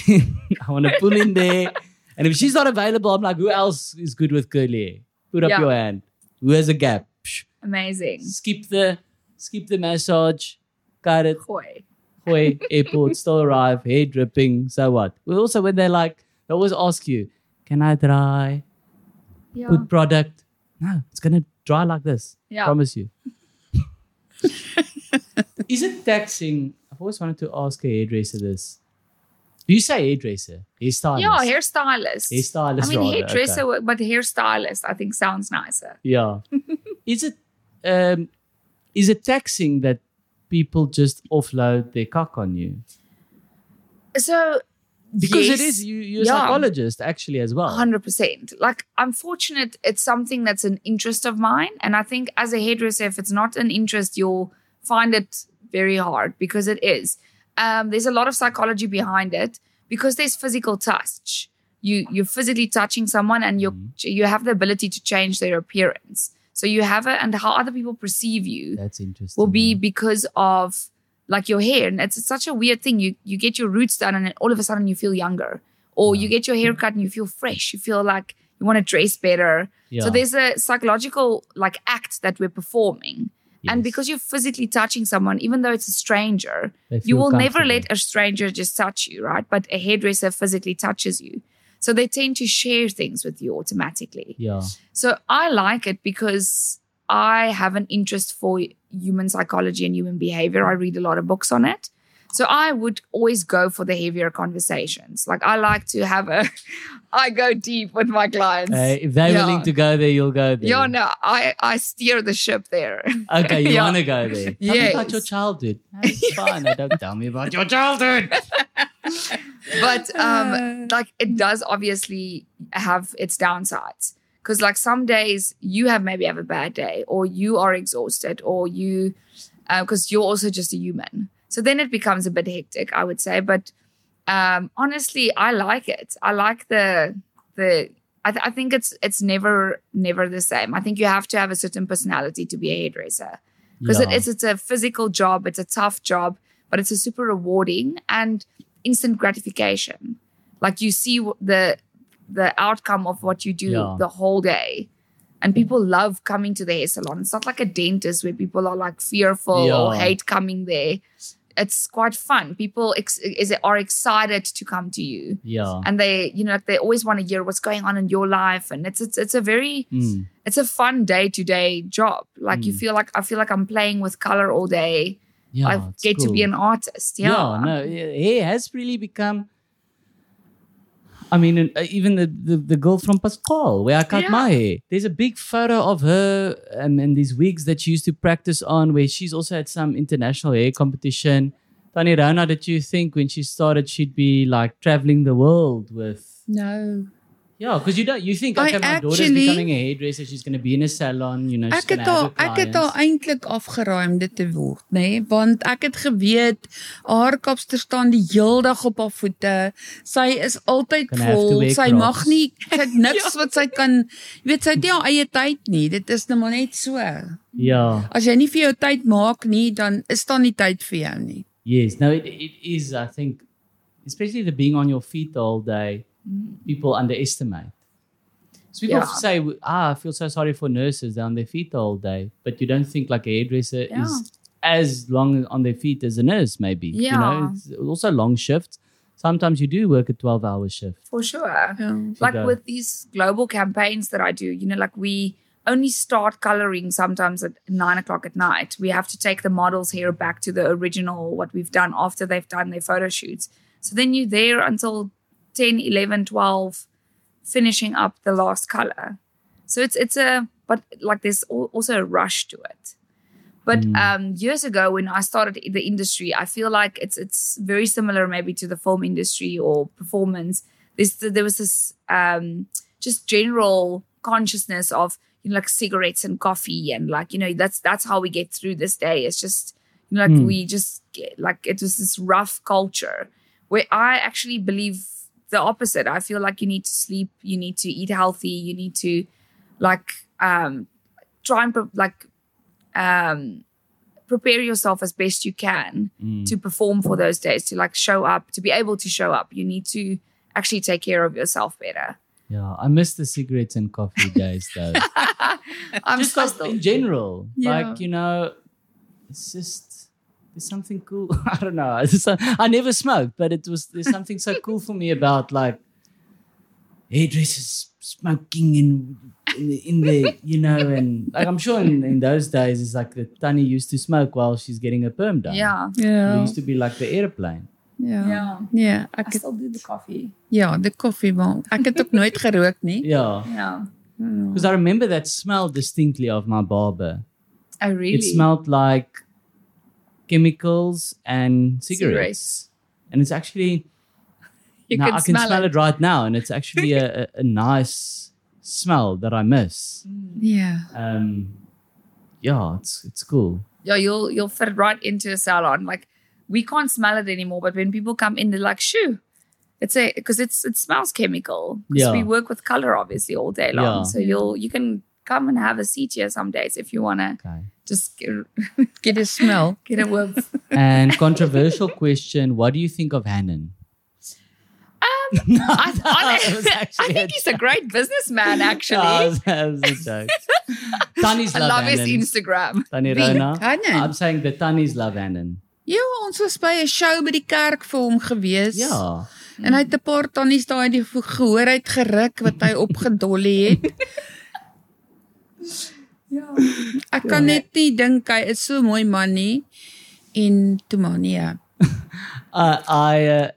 [SPEAKER 1] I want to pull in there. And if she's not available, I'm like, who else is good with curly hair? Put up
[SPEAKER 2] Yeah.
[SPEAKER 1] your hand. Who has a gap? Psh.
[SPEAKER 2] amazing.
[SPEAKER 1] Skip the skip the massage. Got it.
[SPEAKER 2] Koi.
[SPEAKER 1] Hoi, airport, still arrive, hair dripping. So what? Well, also when they're like, they always ask you, can I dry?
[SPEAKER 2] Yeah,
[SPEAKER 1] Put product. No, it's gonna dry like this.
[SPEAKER 2] yeah.
[SPEAKER 1] Promise you. [LAUGHS] is it taxing? I've always wanted to ask a hairdresser this. Do you say hairdresser? Hairstylist.
[SPEAKER 2] yeah, hairstylist.
[SPEAKER 1] Hairstylist.
[SPEAKER 2] I mean,
[SPEAKER 1] rather,
[SPEAKER 2] hairdresser,
[SPEAKER 1] okay.
[SPEAKER 2] but hairstylist, I think sounds nicer. [LAUGHS]
[SPEAKER 1] Yeah. is it um, is it taxing that people just offload their cock on you?
[SPEAKER 2] So
[SPEAKER 1] because
[SPEAKER 2] Yes.
[SPEAKER 1] it is you, you're a
[SPEAKER 2] Yeah.
[SPEAKER 1] psychologist actually as well.
[SPEAKER 2] 100%. Like, I'm fortunate it's something that's an interest of mine. And I think as a hairdresser, if it's not an interest, you'll find it very hard because it is. Um, there's a lot of psychology behind it because there's physical touch. You, you're physically touching someone and you
[SPEAKER 1] Mm-hmm.
[SPEAKER 2] you have the ability to change their appearance. So you have it, and how other people perceive you
[SPEAKER 1] That's interesting.
[SPEAKER 2] will be because of like your hair. And it's such a weird thing. You you get your roots done and then all of a sudden you feel younger. Or you get your hair cut and you feel fresh. You feel like you want to dress better.
[SPEAKER 1] Yeah.
[SPEAKER 2] So there's a psychological like act that we're performing. And
[SPEAKER 1] Yes.
[SPEAKER 2] because you're physically touching someone, even though it's a stranger,
[SPEAKER 1] They
[SPEAKER 2] you
[SPEAKER 1] feel
[SPEAKER 2] will never
[SPEAKER 1] comfortable.
[SPEAKER 2] let a stranger just touch you, right? But a hairdresser physically touches you. So they tend to share things with you automatically.
[SPEAKER 1] yeah
[SPEAKER 2] [LAUGHS] So I like it because I have an interest for human psychology and human behavior. I read a lot of books on it. So I would always go for the heavier conversations. Like I like to have a, [LAUGHS] I go deep with my clients.
[SPEAKER 1] Uh, if they're
[SPEAKER 2] Yeah.
[SPEAKER 1] willing to go there, you'll go there.
[SPEAKER 2] yeah, no, I I steer the ship there. [LAUGHS]
[SPEAKER 1] Okay, you
[SPEAKER 2] Yeah.
[SPEAKER 1] want to go
[SPEAKER 2] [LAUGHS]
[SPEAKER 1] there. Tell me about your
[SPEAKER 2] Yes. [LAUGHS]
[SPEAKER 1] childhood. That's fine. I don't tell me about your childhood.
[SPEAKER 2] But um,
[SPEAKER 3] Uh,
[SPEAKER 2] like it does obviously have its downsides because like some days you have maybe have a bad day or you are exhausted or you because you're also just a human so then it becomes a bit hectic i would say but um honestly i like it i like the the I, th- I think it's it's never never the same i think you have to have a certain personality to be a hairdresser because
[SPEAKER 1] Yeah.
[SPEAKER 2] it is it's a physical job it's a tough job but it's a super rewarding and instant gratification like you see wh- the the outcome of what you do
[SPEAKER 1] Yeah.
[SPEAKER 2] the whole day and people love coming to the hair salon it's not like a dentist where people are like fearful or
[SPEAKER 1] Yeah.
[SPEAKER 2] hate coming there it's quite fun people ex- is, are excited to come to you
[SPEAKER 1] Yeah.
[SPEAKER 2] and they you know like they always want to hear what's going on in your life and it's it's, it's a very
[SPEAKER 1] Mm.
[SPEAKER 2] it's a fun day to day job. Like you
[SPEAKER 1] Mm.
[SPEAKER 2] feel like I feel like I'm playing with color all day.
[SPEAKER 1] Yeah,
[SPEAKER 2] I
[SPEAKER 1] it's
[SPEAKER 2] get to be
[SPEAKER 1] cool.
[SPEAKER 2] an artist. Yeah.
[SPEAKER 1] yeah. no, hair has really become. I mean, and, uh, even the, the, the girl from Pascal, where I cut
[SPEAKER 2] Yeah.
[SPEAKER 1] my hair, there's a big photo of her um, and these wigs that she used to practice on, where she's also at some international hair competition. Tani Rana, did you think when she started she'd be like traveling the world with?
[SPEAKER 3] no.
[SPEAKER 1] Yeah, because you don't. You think okay,
[SPEAKER 3] I
[SPEAKER 1] my daughter's
[SPEAKER 3] actually-
[SPEAKER 1] becoming a hairdresser, she's going to be in a salon, you know, she's
[SPEAKER 3] Ek
[SPEAKER 1] going
[SPEAKER 3] het
[SPEAKER 1] to
[SPEAKER 3] al
[SPEAKER 1] have
[SPEAKER 3] ek
[SPEAKER 1] her
[SPEAKER 3] het al
[SPEAKER 1] clients.
[SPEAKER 3] eintlik afgeruim dit te word, nê, nee? want ek het geweet haar kapster staan die heeldag op haar voete. Sy is altyd
[SPEAKER 1] Gonna have to
[SPEAKER 3] vol.
[SPEAKER 1] wear
[SPEAKER 3] Sy
[SPEAKER 1] crocs. Ja.
[SPEAKER 3] mag nie sy
[SPEAKER 1] [LAUGHS]
[SPEAKER 3] het niks wat sy kan, jy weet sy het nie haar eie tyd nie. Dit is nou maar net so.
[SPEAKER 1] Yeah.
[SPEAKER 3] As jy nie vir jou tyd maak nie, dan is daar nie tyd vir jou nie.
[SPEAKER 1] Yes, no, it, it is. I think, especially the being on your feet all day, people underestimate. So people
[SPEAKER 2] Mm. Yeah.
[SPEAKER 1] say, "Ah, I feel so sorry for nurses they're on their feet all day," but you don't think like a hairdresser
[SPEAKER 2] Yeah.
[SPEAKER 1] is as long on their feet as a nurse. Maybe you
[SPEAKER 2] Yeah.
[SPEAKER 1] know, it's also long shifts. Sometimes you do work a twelve-hour shift.
[SPEAKER 2] For sure.
[SPEAKER 3] Ja.
[SPEAKER 2] Like
[SPEAKER 1] does.
[SPEAKER 2] with these global campaigns that I do, you know, like we only start coloring sometimes at nine o'clock at night. We have to take the models here back to the original, what we've done after they've done their photo shoots. So then you're there until 10, 11, 12, finishing up the last color. So it's it's a but like there's al- also a rush to it. But um, years ago, when I started in the industry, I feel like it's it's very similar maybe to the film industry or performance. This there was this um, just general consciousness of you know like cigarettes and coffee and like you know that's that's how we get through this day. It's just you know, like
[SPEAKER 1] Mm.
[SPEAKER 2] we just get, like it was this rough culture where I actually believe the opposite. I feel like you need to sleep, you need to eat healthy, you need to like um try and pre- like um prepare yourself as best you can
[SPEAKER 1] Mm.
[SPEAKER 2] to perform for those days to like show up to be able to show up you need to actually take care of yourself better
[SPEAKER 1] Yeah, I miss the cigarettes and coffee days though.
[SPEAKER 2] i'm
[SPEAKER 1] just
[SPEAKER 2] so
[SPEAKER 1] like in general,
[SPEAKER 3] Yeah.
[SPEAKER 1] like you know, it's just there's something cool. [LAUGHS] I don't know. It's just- I never smoked, but it was there's something so cool for me about like hairdressers smoking in in the, in the you know, and like I'm sure in, in those days it's like the Tani used to smoke while she's getting her perm done.
[SPEAKER 2] yeah
[SPEAKER 1] it
[SPEAKER 3] Ja.
[SPEAKER 1] used to be like the airplane.
[SPEAKER 3] Ja.
[SPEAKER 2] yeah
[SPEAKER 3] Ja,
[SPEAKER 2] i
[SPEAKER 3] ek het,
[SPEAKER 2] still do the coffee
[SPEAKER 3] ja, die koffiebaan. Ek het ook nooit gerook nie.
[SPEAKER 1] Yeah,
[SPEAKER 2] yeah
[SPEAKER 3] Ja.
[SPEAKER 1] because I remember that smell distinctly of my barber.
[SPEAKER 2] i really
[SPEAKER 1] It smelled like chemicals and cigarettes. And it's actually,
[SPEAKER 2] You
[SPEAKER 1] now
[SPEAKER 2] can
[SPEAKER 1] Nou, I can
[SPEAKER 2] smell, it.
[SPEAKER 1] right now, and it's actually
[SPEAKER 2] [LAUGHS]
[SPEAKER 1] a, a, a nice smell that I miss.
[SPEAKER 3] Yeah.
[SPEAKER 1] Um, yeah, it's it's cool.
[SPEAKER 2] Yeah, you'll you'll fit right into a salon. Like we can't smell it anymore, but when people come in, they're like, "Shoo!" It's a because it's it smells chemical. Because
[SPEAKER 1] Yeah.
[SPEAKER 2] we work with color obviously all day long,
[SPEAKER 1] Yeah.
[SPEAKER 2] so you'll you can come and have a seat here some days if you wanna
[SPEAKER 1] Okay.
[SPEAKER 2] just get,
[SPEAKER 3] Get a smell.
[SPEAKER 2] get a whiff. [LAUGHS]
[SPEAKER 1] And controversial question: What do you think of Hannon? [LAUGHS]
[SPEAKER 2] um,
[SPEAKER 1] No,
[SPEAKER 2] I,
[SPEAKER 1] that was
[SPEAKER 2] honest, I
[SPEAKER 1] actually
[SPEAKER 2] think
[SPEAKER 1] a Oh,
[SPEAKER 2] he's a great businessman. Actually,
[SPEAKER 1] [LAUGHS] That was, that was a
[SPEAKER 2] [LAUGHS]
[SPEAKER 1] joke. Tannies
[SPEAKER 2] I
[SPEAKER 1] love,
[SPEAKER 2] love his
[SPEAKER 1] Hannon.
[SPEAKER 2] Instagram.
[SPEAKER 1] Tannie
[SPEAKER 3] Wie?
[SPEAKER 1] Rona.
[SPEAKER 3] Hannon?
[SPEAKER 1] I'm saying the Tannies love Hannon.
[SPEAKER 3] Ja, ons was by 'n show by die kerk vir hom gewees.
[SPEAKER 1] Ja.
[SPEAKER 3] En hy het 'n paar tannies daai die vo- gehoor uit geruk wat hy opgedolly
[SPEAKER 1] [LAUGHS]
[SPEAKER 3] het.
[SPEAKER 2] Yeah.
[SPEAKER 3] Ek kan
[SPEAKER 1] Ja.
[SPEAKER 3] net nie dink hy is so 'n mooi man nie. En Tomania.
[SPEAKER 1] Uh, I uh,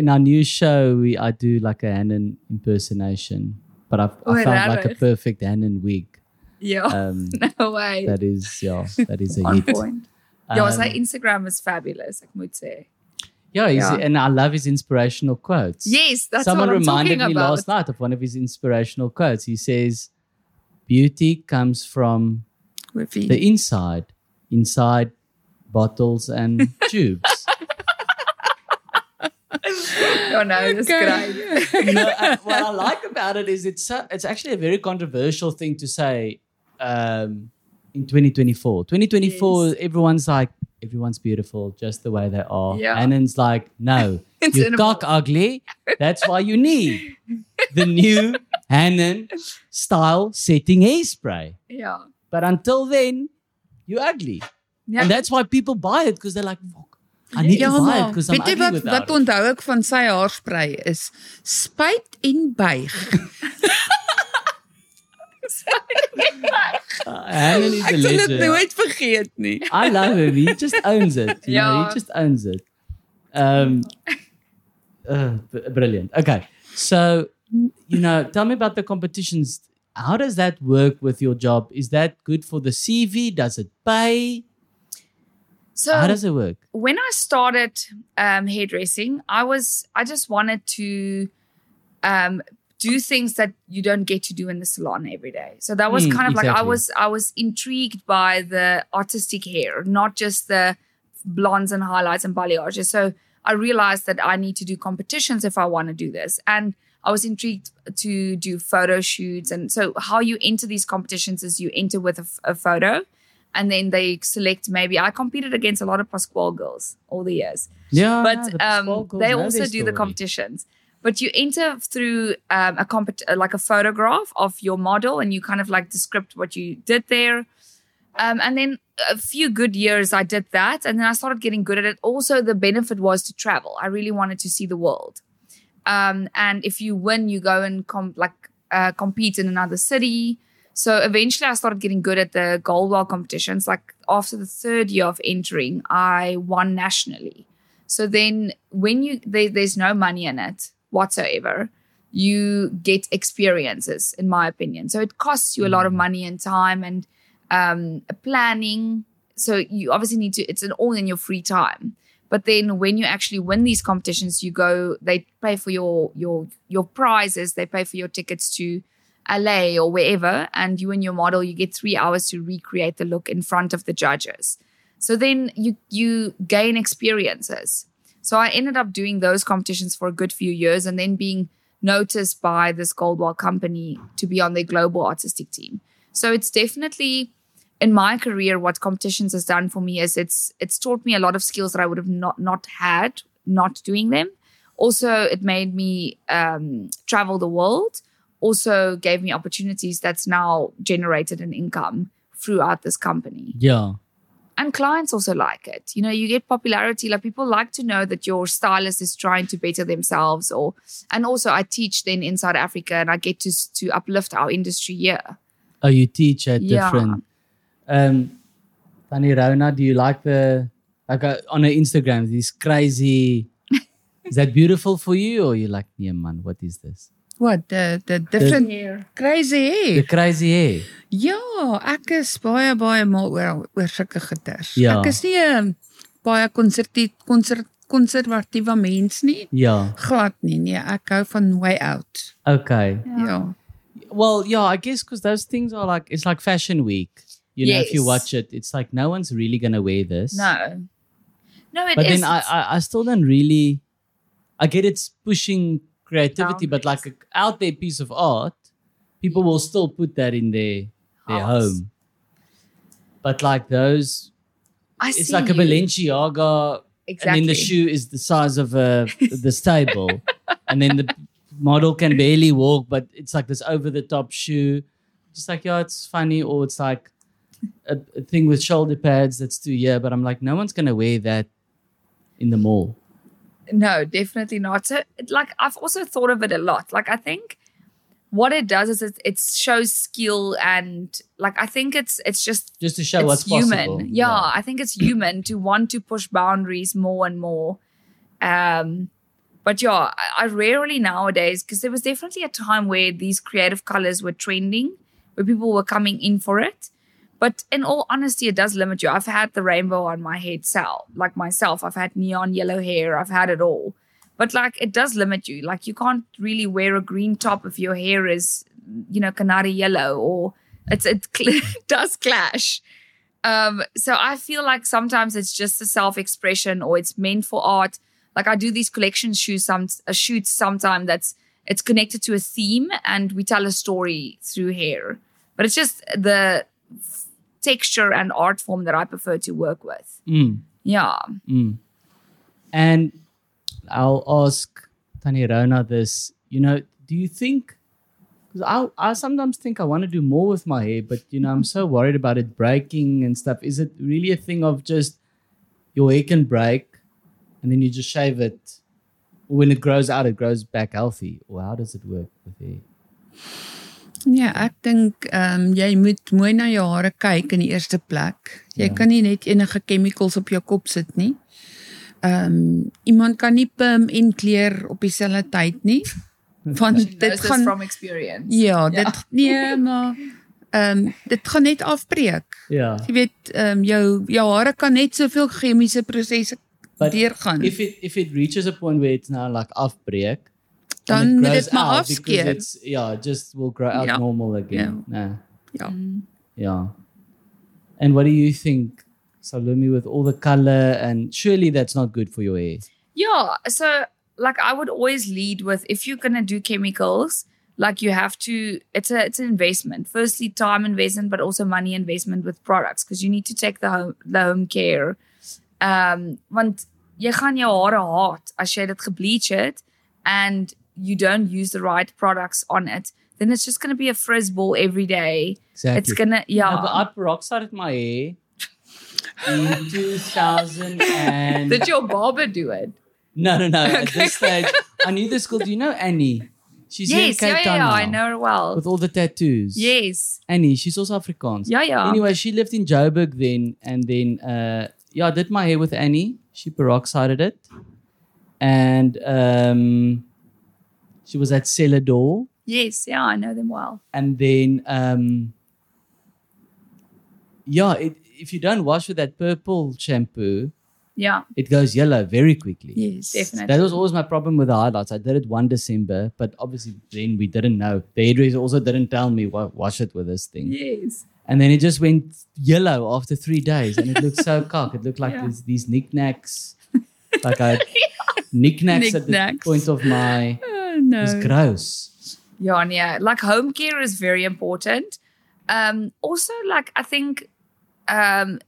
[SPEAKER 1] in our new show, we I do like a Hannon impersonation, but I've, I
[SPEAKER 2] Oh,
[SPEAKER 1] found like a
[SPEAKER 2] rarig.
[SPEAKER 1] perfect Hannon wig. [LAUGHS]
[SPEAKER 2] Yeah. [LAUGHS]
[SPEAKER 1] Um,
[SPEAKER 2] no way.
[SPEAKER 1] that is yeah, that is a
[SPEAKER 2] On
[SPEAKER 1] hit.
[SPEAKER 2] point. yeah,
[SPEAKER 1] Um,
[SPEAKER 2] sy Instagram is fabulous, ek moet sê.
[SPEAKER 1] yeah, he's-
[SPEAKER 2] yeah.
[SPEAKER 1] and I love his inspirational quotes.
[SPEAKER 2] Yes, that's
[SPEAKER 1] someone
[SPEAKER 2] what I'm
[SPEAKER 1] reminded
[SPEAKER 2] talking
[SPEAKER 1] me
[SPEAKER 2] about.
[SPEAKER 1] last night of one of his inspirational quotes. He says, "Beauty comes from
[SPEAKER 3] Hoefie.
[SPEAKER 1] the inside, inside bottles and
[SPEAKER 2] [LAUGHS]
[SPEAKER 1] tubes."
[SPEAKER 2] Oh no, dis great.
[SPEAKER 1] you
[SPEAKER 3] [LAUGHS]
[SPEAKER 1] know, uh, what I like about it is it's so, it's actually a very controversial thing to say um, in 2024. 2024,
[SPEAKER 2] Yes.
[SPEAKER 1] everyone's like, everyone's beautiful just the way they are.
[SPEAKER 2] Yeah.
[SPEAKER 1] And it's like,
[SPEAKER 3] [LAUGHS]
[SPEAKER 1] no,
[SPEAKER 2] It's
[SPEAKER 1] you're
[SPEAKER 2] in a
[SPEAKER 1] cock
[SPEAKER 2] box.
[SPEAKER 1] ugly. That's why you need the new Hannon style setting hairspray.
[SPEAKER 2] Yeah.
[SPEAKER 1] But until then, you're ugly.
[SPEAKER 2] Yeah.
[SPEAKER 1] And that's why people buy it because they're like, fuck, I need
[SPEAKER 3] Ja,
[SPEAKER 1] to buy it
[SPEAKER 3] maar
[SPEAKER 1] because I'm
[SPEAKER 3] weet
[SPEAKER 1] ugly
[SPEAKER 3] jy wat
[SPEAKER 1] without
[SPEAKER 3] wat
[SPEAKER 1] it."
[SPEAKER 3] onthou ek van sy haarspray is spyt en buig.
[SPEAKER 1] Uh, Hannon is a
[SPEAKER 3] Ek sal dit
[SPEAKER 1] legend.
[SPEAKER 3] nooit vergeet nie.
[SPEAKER 1] I love him. He just owns it. You know,
[SPEAKER 2] Yeah.
[SPEAKER 1] he just owns it. Um, uh, b- brilliant. Okay. So, you know, tell me about the competitions. How does that work with your job? Is that good for the CV? Does it pay?
[SPEAKER 2] so
[SPEAKER 1] How does it work?
[SPEAKER 2] when I started um, hairdressing, I was I just wanted to um, do things that you don't get to do in the salon every day. So that was
[SPEAKER 1] Mm,
[SPEAKER 2] kind of like I
[SPEAKER 1] exactly.
[SPEAKER 2] was I was intrigued by the artistic hair, not just the blondes and highlights and balayages. So I realized that I need to do competitions if I want to do this, and I was intrigued to do photo shoots. And so how you enter these competitions is you enter with a, f- a photo. And then they select maybe I competed against a lot of Pasquale girls all the years
[SPEAKER 1] Yeah.
[SPEAKER 2] but
[SPEAKER 1] yeah, Oh, the
[SPEAKER 2] um,
[SPEAKER 1] Sparkles
[SPEAKER 2] they
[SPEAKER 1] know
[SPEAKER 2] also
[SPEAKER 1] their
[SPEAKER 2] do the
[SPEAKER 1] story.
[SPEAKER 2] competitions. But you enter through um, a compet- uh, like a photograph of your model, and you kind of like describe what you did there. Um, and then a few good years I did that, and then I started getting good at it. Also, the benefit was to travel. I really wanted to see the world. Um, and if you win, you go and com- like uh, compete in another city. So eventually, I started getting good at the Goldwell competitions. Like after the third year of entering, I won nationally. So then, when you there, there's no money in it whatsoever, you get experiences, in my opinion. So it costs you a lot of money and time and um, planning. So you obviously need to. It's an all in your free time. But then, when you actually win these competitions, you go. They pay for your your your prizes. They pay for your tickets to LA or wherever, and you and your model, you get three hours to recreate the look in front of the judges. So then you you gain experiences. So I ended up doing those competitions for a good few years and then being noticed by this Goldwell company to be on their global artistic team. So it's definitely in my career what competitions has done for me is it's it's taught me a lot of skills that I would have not not had not doing them. Also, it made me um, travel the world. Also, gave me opportunities that's now generated an income throughout this company
[SPEAKER 1] Yeah.
[SPEAKER 2] and clients also like it you know you get popularity like people like to know that your stylist is trying to better themselves or and also i teach then in south africa and i get to to uplift our industry here
[SPEAKER 1] Oh, you teach at
[SPEAKER 2] Yeah.
[SPEAKER 1] different. Um, Tani Rona, do you like the like uh, on her Instagram? These crazy. is that beautiful for you, or you like, yeah, man? What is this?
[SPEAKER 3] What the the different
[SPEAKER 2] here
[SPEAKER 3] crazy hair.
[SPEAKER 1] The crazy hair.
[SPEAKER 3] Ja, ek is baie baie mal oor oor sulke goeters.
[SPEAKER 1] Ja.
[SPEAKER 3] ehm, Ek is nie 'n baie konsertief konsert konservatiewe mens nie.
[SPEAKER 1] Yeah.
[SPEAKER 3] Glad nie. Nee, ek hou van way out.
[SPEAKER 1] Okay.
[SPEAKER 3] Ja. ja.
[SPEAKER 1] Well, yeah, I guess because those things are like it's like fashion week. You know, if you
[SPEAKER 2] Yes.
[SPEAKER 1] watch it, it's like no one's really gonna wear this.
[SPEAKER 2] No. No, it
[SPEAKER 1] but
[SPEAKER 2] is.
[SPEAKER 1] then I, I I still don't really. I get it's pushing creativity, but like a out there piece of art, people will still put that in their their
[SPEAKER 2] House.
[SPEAKER 1] home. But like those,
[SPEAKER 2] I
[SPEAKER 1] it's
[SPEAKER 2] see
[SPEAKER 1] like a
[SPEAKER 2] you.
[SPEAKER 1] Balenciaga,
[SPEAKER 2] Exactly.
[SPEAKER 1] and then the shoe is the size of uh, a the
[SPEAKER 2] [LAUGHS]
[SPEAKER 1] stable, and then the model can barely walk, but it's like this over the top shoe. Just like yeah, it's funny, or it's like a, a thing with shoulder pads that's too yeah. But I'm like, no one's gonna wear that in the mall.
[SPEAKER 2] No, definitely not. So, like, I've also thought of it a lot. Like, I think what it does is it, it shows skill and, like, I think it's it's just
[SPEAKER 1] just to show
[SPEAKER 2] it's
[SPEAKER 1] what's
[SPEAKER 2] human.
[SPEAKER 1] possible.
[SPEAKER 2] Yeah, I think it's human to want to push boundaries more and more. Um, but yeah, I, I rarely nowadays because there was definitely a time where these creative colors were trending, where people were coming in for it. But in all honesty, it does limit you. I've had the rainbow on my head, Sal, like myself. I've had neon yellow hair. I've had it all. But like, it does limit you. Like, you can't really wear a green top if your hair is, you know, canary yellow, or it's it [LAUGHS] cl- does clash. Um, so I feel like sometimes it's just a self-expression or it's meant for art. Like I do these collection shoes some uh, shoots sometime that's it's connected to a theme and we tell a story through hair. But it's just the f- texture and art form that I prefer to work with.
[SPEAKER 1] Mm,
[SPEAKER 2] Yeah.
[SPEAKER 1] mm. And I'll ask Tani Rona this. You know, do you think? Because I, I sometimes think I want to do more with my hair, but you know, I'm so worried about it breaking and stuff. Is it really a thing of just your hair can break, and then you just shave it? Or When it grows out, it grows back healthy. Or how does it work with hair?
[SPEAKER 3] Ja, ek dink ehm um, jy moet mooi na jou hare kyk in die eerste plek. Jy
[SPEAKER 1] Ja.
[SPEAKER 3] ja. kan nie net enige chemicals op jou kop sit nie. Ehm um, iemand kan nie perm en kleur op dieselfde tyd nie. Want dit gaan
[SPEAKER 2] experience.
[SPEAKER 3] ja, dit ja. nee, maar ehm um, dit gaan net afbreek.
[SPEAKER 1] Yeah.
[SPEAKER 3] Jy weet, ehm um, jou jou hare kan net soveel chemiese prosesse
[SPEAKER 1] But
[SPEAKER 3] deurgaan.
[SPEAKER 1] if it if it reaches a point where it's now like afbreak,
[SPEAKER 3] Dan
[SPEAKER 1] and it
[SPEAKER 3] moet
[SPEAKER 1] grows
[SPEAKER 3] dit maar
[SPEAKER 1] out because
[SPEAKER 3] afskeer.
[SPEAKER 1] It's, yeah, it just will grow out
[SPEAKER 3] Ja.
[SPEAKER 1] normal again. Yeah.
[SPEAKER 3] Ja.
[SPEAKER 2] Mm.
[SPEAKER 1] yeah. And what do you think, Salumi, with all the color and surely that's not good for your hair.
[SPEAKER 2] Yeah. So, like, I would always lead with if you're gonna do chemicals, like you have to. It's a it's an investment. Firstly, time investment, but also money investment with products because you need to take the home the home care. Um, want jy gaan jou hare haat as jy dit gebleach het and you don't use the right products on it, then it's just gonna be a frizz ball every day.
[SPEAKER 1] Exactly.
[SPEAKER 2] It's gonna yeah.
[SPEAKER 1] No, but I peroxided my hair in 2000 and
[SPEAKER 2] Did your barber do it?
[SPEAKER 1] [LAUGHS] no no no at this stage I knew this girl. Do you know Annie? She's here in
[SPEAKER 2] yes,
[SPEAKER 1] Cape
[SPEAKER 2] yeah, yeah,
[SPEAKER 1] Town
[SPEAKER 2] yeah. I
[SPEAKER 1] now,
[SPEAKER 2] know her well.
[SPEAKER 1] with all the tattoos.
[SPEAKER 2] Yes,
[SPEAKER 1] Annie, she's also Afrikaans.
[SPEAKER 2] yeah, yeah.
[SPEAKER 1] Anyway, she lived in Joburg then, and then uh, yeah, I did my hair with Annie. She peroxided it, and um, she was at Celador,
[SPEAKER 2] Yes, yeah, I know them well.
[SPEAKER 1] and then um, yeah, it, if you don't wash with that purple shampoo,
[SPEAKER 2] Yeah,
[SPEAKER 1] it goes yellow very quickly.
[SPEAKER 3] Yes.
[SPEAKER 2] definitely.
[SPEAKER 1] That was always my problem with the highlights. I did it one December, but obviously then we didn't know. The hairdresser also didn't tell me why wash it with this thing.
[SPEAKER 2] Yes.
[SPEAKER 1] And then it just went yellow after three days, and it looked so cock. It looked like
[SPEAKER 2] Yeah.
[SPEAKER 1] these, these knickknacks, like I knickknacks at the
[SPEAKER 3] Knickknacks.
[SPEAKER 1] point of my.
[SPEAKER 3] Oh,
[SPEAKER 1] It was
[SPEAKER 3] no.
[SPEAKER 1] gross.
[SPEAKER 2] Yeah, and yeah. Like home care is very important. Um, also, like I think um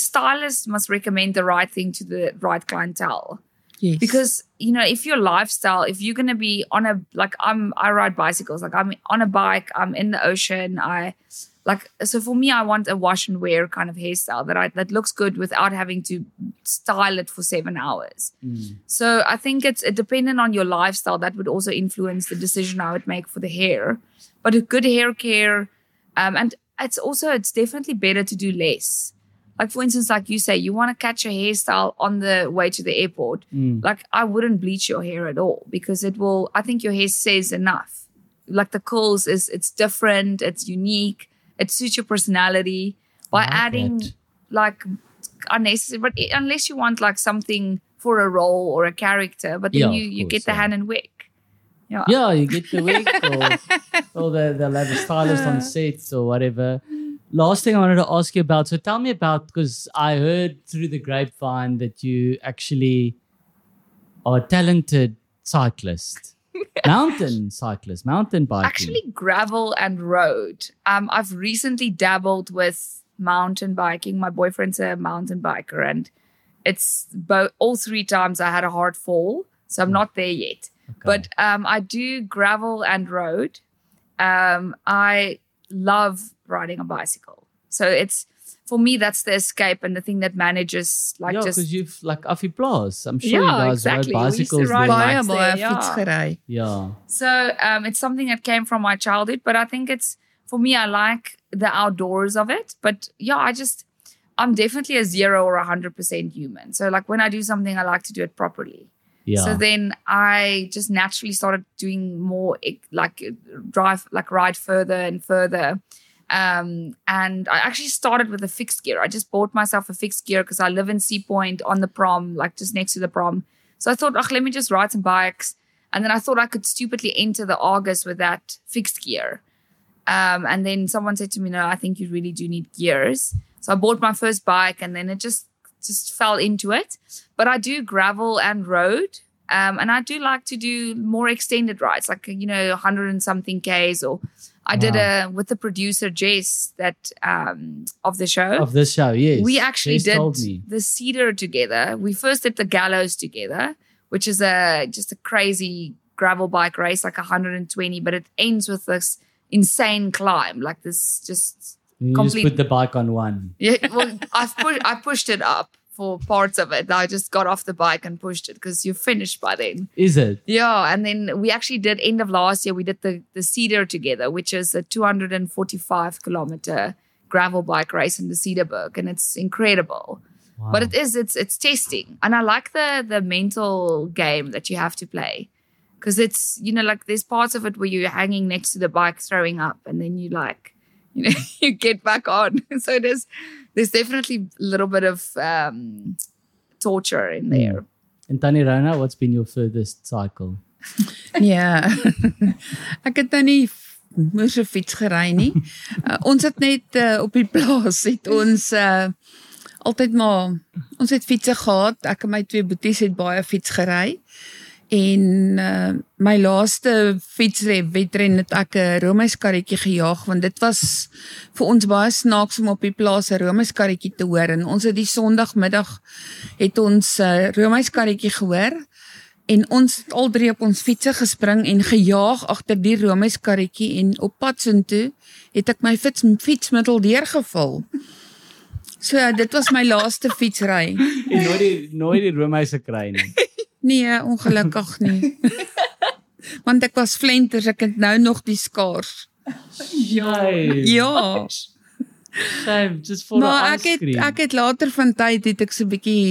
[SPEAKER 2] stylists must recommend the right thing to the right clientele.
[SPEAKER 3] Yes.
[SPEAKER 2] Because, you know, if your lifestyle, if you're gonna be on a like I'm I ride bicycles, like I'm on a bike, I'm in the ocean, I like so for me I want a wash and wear kind of hairstyle that I that looks good without having to style it for seven hours.
[SPEAKER 1] Mm.
[SPEAKER 2] So I think it's it dependent on your lifestyle that would also influence the decision I would make for the hair. But a good hair care, um, and it's also it's definitely better to do less. Like for instance, like you say, you want to catch a hairstyle on the way to the airport.
[SPEAKER 1] Mm.
[SPEAKER 2] Like I wouldn't bleach your hair at all because it will. I think your hair says enough. Like the curls is it's different, it's unique, it suits your personality by
[SPEAKER 1] I like
[SPEAKER 2] adding
[SPEAKER 1] that.
[SPEAKER 2] like unnecessary. But i- unless you want like something for a role or a character, but then
[SPEAKER 1] Yeah,
[SPEAKER 2] you,
[SPEAKER 1] of
[SPEAKER 2] you
[SPEAKER 1] course,
[SPEAKER 2] get the
[SPEAKER 1] yeah.
[SPEAKER 2] hand and wick. Yeah.
[SPEAKER 1] Yeah, you get the wig or, or the, they'll have a stylist on set or whatever. Last thing I wanted to ask you about. So tell me about because I heard through the grapevine that you actually are a talented cyclist, mountain cyclist, mountain biking.
[SPEAKER 2] Actually, gravel and road. Um, I've recently dabbled with mountain biking. My boyfriend's a mountain biker, and it's both all three times I had a hard fall, so I'm not there yet.
[SPEAKER 1] Hmm. Okay.
[SPEAKER 2] But um, I do gravel and road. Um, I love riding a bicycle, so it's for me that's the escape and the thing that manages like
[SPEAKER 1] yeah,
[SPEAKER 2] just
[SPEAKER 1] because you've like Afi Plus. I'm sure you
[SPEAKER 2] Yeah,
[SPEAKER 1] guys
[SPEAKER 2] exactly. We
[SPEAKER 1] ride
[SPEAKER 2] used to
[SPEAKER 1] bicycles.
[SPEAKER 2] ride
[SPEAKER 1] there.
[SPEAKER 3] Baie
[SPEAKER 2] Relax there,
[SPEAKER 3] baie
[SPEAKER 2] ja.
[SPEAKER 3] fietsgery.
[SPEAKER 1] yeah,
[SPEAKER 2] So um, it's something that came from my childhood, but I think it's for me. I like the outdoors of it, but yeah, I just I'm definitely a zero or a hundred percent human. So like when I do something, I like to do it properly.
[SPEAKER 1] yeah.
[SPEAKER 2] So then I just naturally started doing more eh, like eh, drive, like ride further and further. Um, and I actually started with a fixed gear. I just bought myself a fixed gear because I live in Sea Point on the prom, like just next to the prom. So I thought, oh, let me just ride some bikes. And then I thought I could stupidly enter the Argus with that fixed gear. Um, and then someone said to me, no, I think you really do need gears. So I bought my first bike and then it just, just fell into it but I do gravel and road. Um, and I do like to do more extended rides, like, you know, 100 and something Ks. Or I did a, with the producer, Jess, that um, of the show.
[SPEAKER 1] of this show, yes.
[SPEAKER 2] we actually
[SPEAKER 1] Jess Told me.
[SPEAKER 2] did the Cedar together. We first did the Gallows together, which is a just a crazy gravel bike race, like 120, but it ends with this insane climb, like this just [LAUGHS]
[SPEAKER 1] You just
[SPEAKER 2] complete-
[SPEAKER 1] put the bike on one.
[SPEAKER 2] yeah, well, I've pushed I pushed it up for parts of it. I just got off the bike and pushed it because you're finished by then.
[SPEAKER 1] Is it?
[SPEAKER 2] Yeah, and then we actually did end of last year. We did the the Cedar together, which is a 245 kilometer gravel bike race in the Cedarburg, and it's incredible.
[SPEAKER 1] Wow.
[SPEAKER 2] But it is it's it's testing, and I like the the mental game that you have to play. Because it's, you know, like there's parts of it where you're hanging next to the bike, throwing up, and then you like, [LAUGHS] you know, you get back on. [LAUGHS] So there's, there's definitely a little bit of um, torture
[SPEAKER 1] Hmm.
[SPEAKER 2] in there.
[SPEAKER 1] And Tani Rana, what's been your furthest cycle?
[SPEAKER 3] Ja. [LAUGHS] Ek het nou nie f- moer so fiets gery nie. Uh, ons het net uh, op die [LAUGHS] plaas het ons uh, altyd maar ons het fietses gehad. Ek en my twee boeties het baie fiets gery. En uh, my laaste fietswedren het ek 'n Romeis karretjie gejaag want dit was vir ons baie snaaks om op die plaas 'n Romeis karretjie te hoor en ons het die Sondagmiddag het ons uh, Romeis karretjie gehoor En ons het al drie op ons fietsse gespring en gejaag agter die Romeis karretjie en op pad soontoe het ek my fiets fietsmiddel deurgeval. So dit was my laaste fietsry.
[SPEAKER 1] En nooit die nooit die Romeise kry nie.
[SPEAKER 3] Nee, ongelukkig nie. [LAUGHS] Want ek was flenters, ek het nou nog die skaars.
[SPEAKER 1] [LAUGHS] Shame.
[SPEAKER 3] Ja.
[SPEAKER 1] Shame just for
[SPEAKER 3] Maar
[SPEAKER 1] the
[SPEAKER 3] ek
[SPEAKER 1] ice
[SPEAKER 3] het
[SPEAKER 1] cream.
[SPEAKER 3] ek het later van tyd het ek so 'n bietjie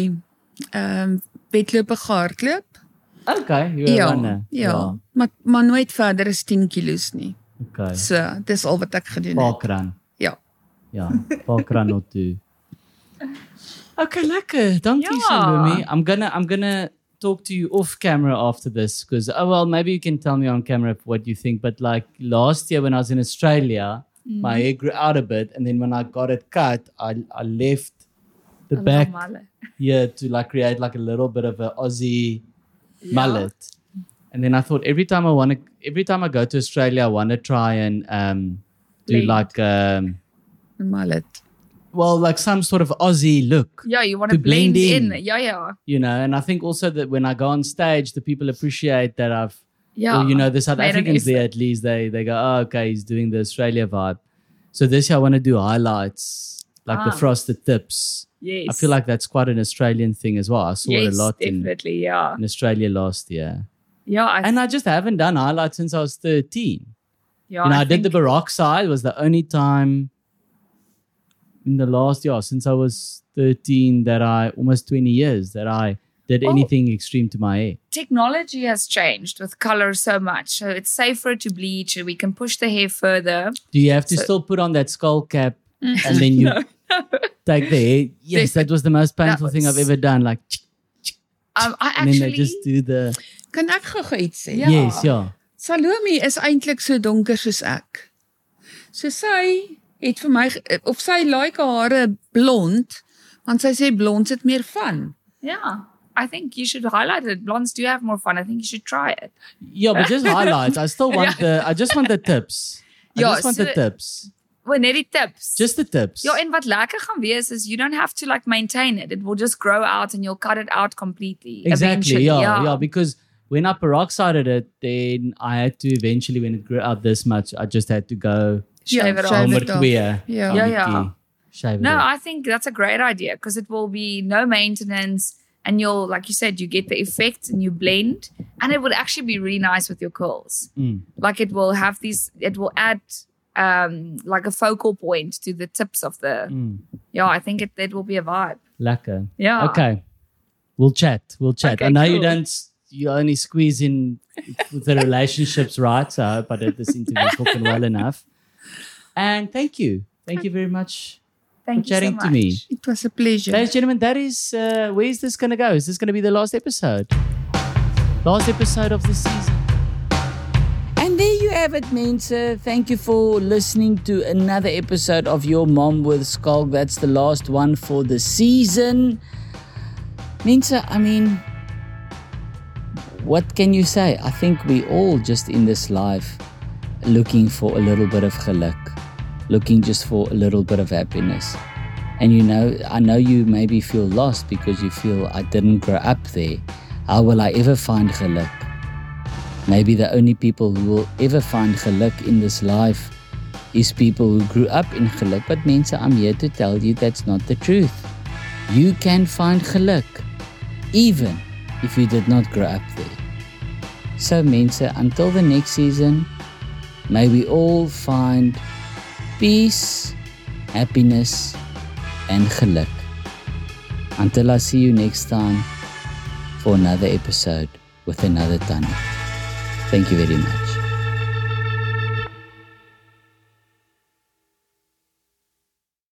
[SPEAKER 3] ehm um, wedlope gehardloop.
[SPEAKER 1] okay, you were a
[SPEAKER 3] Ja.
[SPEAKER 1] runner.
[SPEAKER 3] Ja, maar maar nooit verder as 10 kg nie.
[SPEAKER 1] Okay.
[SPEAKER 3] So, dis al wat ek gedoen het.
[SPEAKER 1] Parkrun.
[SPEAKER 3] Ja.
[SPEAKER 1] Ja, parkrun of two. [LAUGHS] Okay, lekker. Dankie
[SPEAKER 2] Ja.
[SPEAKER 1] Salumi. I'm gonna I'm gonna talk to you off camera after this because oh well maybe you can tell me on camera what you think but like last year when I was in Australia my hair grew out a bit and then when I got it cut I I left the back yeah to like create like a little bit of a Aussie mullet. And then I thought every time I want to, every time I go to Australia, I want to try and um, do
[SPEAKER 2] Blend.
[SPEAKER 1] like um,
[SPEAKER 3] Mallet.
[SPEAKER 1] well, like some sort of Aussie look,
[SPEAKER 2] Yeah, you want
[SPEAKER 1] To
[SPEAKER 2] to blend,
[SPEAKER 1] blend in.
[SPEAKER 2] in. Yeah, yeah.
[SPEAKER 1] you know. And I think also that when I go on stage, the people appreciate that I've,
[SPEAKER 2] Yeah.
[SPEAKER 1] or, you know, the South
[SPEAKER 2] Made an
[SPEAKER 1] Africans there
[SPEAKER 2] effort.
[SPEAKER 1] at least they they go, oh, okay, he's doing the Australia vibe. So this year I want to do highlights like the
[SPEAKER 2] Ah.
[SPEAKER 1] frosted tips.
[SPEAKER 2] yes.
[SPEAKER 1] I feel like that's quite an Australian thing as well. I saw
[SPEAKER 2] yes,
[SPEAKER 1] it a lot in,
[SPEAKER 2] definitely. Yeah.
[SPEAKER 1] in Australia last year.
[SPEAKER 2] Yeah. I,
[SPEAKER 1] and I just haven't done highlights since I was 13.
[SPEAKER 2] yeah,
[SPEAKER 1] you know, I,
[SPEAKER 2] I
[SPEAKER 1] did the
[SPEAKER 2] think-
[SPEAKER 1] Baroque side was the only time in the last year since I was 13 that I almost 20 years that I did
[SPEAKER 2] Oh.
[SPEAKER 1] anything extreme to my hair.
[SPEAKER 2] technology has changed with color so much. So it's safer to bleach and we can push the hair further.
[SPEAKER 1] Do you have to
[SPEAKER 2] So-
[SPEAKER 1] still put on that skull cap and
[SPEAKER 2] [LAUGHS]
[SPEAKER 1] then you take the hair? Yes, that was the most painful thing I've
[SPEAKER 2] was-
[SPEAKER 1] ever done. Like,
[SPEAKER 2] Um, I
[SPEAKER 1] and then they
[SPEAKER 2] actually
[SPEAKER 1] just do the
[SPEAKER 3] Kan ek gou-gou iets sê?
[SPEAKER 2] Ja.
[SPEAKER 1] yes, yeah.
[SPEAKER 3] Salome is eintlik so donker soos ek. So sy het vir my ge- eh, of sy like haar hare blond, want sy sê blond sit meer van.
[SPEAKER 2] yeah. I think you should highlight it. Blondes do have more fun. I think you should try it.
[SPEAKER 1] Yeah,
[SPEAKER 2] [LAUGHS]
[SPEAKER 1] but just highlights. I still want the I just want the tips. I
[SPEAKER 2] Yeah,
[SPEAKER 1] just want the
[SPEAKER 2] so-
[SPEAKER 1] tips.
[SPEAKER 2] Well, net die tips.
[SPEAKER 1] Just the tips.
[SPEAKER 2] Ja, en wat lekker gaan wees is you don't have to like maintain it. It will just grow out and you'll cut it out completely.
[SPEAKER 1] exactly.
[SPEAKER 2] eventually.
[SPEAKER 1] Yeah, yeah, Because when I peroxided it, then I had to eventually when it grew out this much, I just had to go
[SPEAKER 2] Shave it
[SPEAKER 3] Ja,
[SPEAKER 2] off.
[SPEAKER 3] shave
[SPEAKER 1] number
[SPEAKER 3] it off.
[SPEAKER 1] two. Yeah,
[SPEAKER 3] Yeah.
[SPEAKER 2] Yeah, yeah.
[SPEAKER 1] Shave it
[SPEAKER 2] No,
[SPEAKER 1] off.
[SPEAKER 2] I think that's a great idea because it will be no maintenance and you'll, like you said, you get the effect and you blend and it would actually be really nice with your curls.
[SPEAKER 1] Mm.
[SPEAKER 2] Like it will have these, it will add um like a focal point to the tips of the,
[SPEAKER 1] Mm.
[SPEAKER 2] yeah, I think it, it will be a vibe.
[SPEAKER 1] Lekker.
[SPEAKER 2] Yeah.
[SPEAKER 1] Okay. We'll chat. We'll chat.
[SPEAKER 2] Ah. Okay,
[SPEAKER 1] I know you
[SPEAKER 2] cool.
[SPEAKER 1] don't s- you only squeeze in with the relationships right. So I hope I did this interview fucking well enough. And thank you. Thank you very much
[SPEAKER 2] Thank
[SPEAKER 1] for
[SPEAKER 2] you so
[SPEAKER 1] chatting
[SPEAKER 2] much.
[SPEAKER 1] to me.
[SPEAKER 3] It was a pleasure.
[SPEAKER 1] Ladies and gentlemen, that is uh, where is this going to go? Is this going to be the last episode? Last episode of the season.
[SPEAKER 4] And there you have it, Mensa. Thank you for listening to another episode of Your Mom with Skulk. That's the last one for the season. Mensa, I mean, what can you say? I think we all just in this life looking for a little bit of geluk, looking just for a little bit of happiness. And you know, I know you maybe feel lost because you feel I didn't grow up there. How will I ever find geluk? Maybe the only people who will ever find geluk in this life is people who grew up in geluk. But mense, I'm here to tell you that's not the truth. You can find geluk even if you did not grow up there. So mense, until the next season, may we all find peace, happiness and geluk. Until I see you next time for another episode with another Tana. Thank you very much.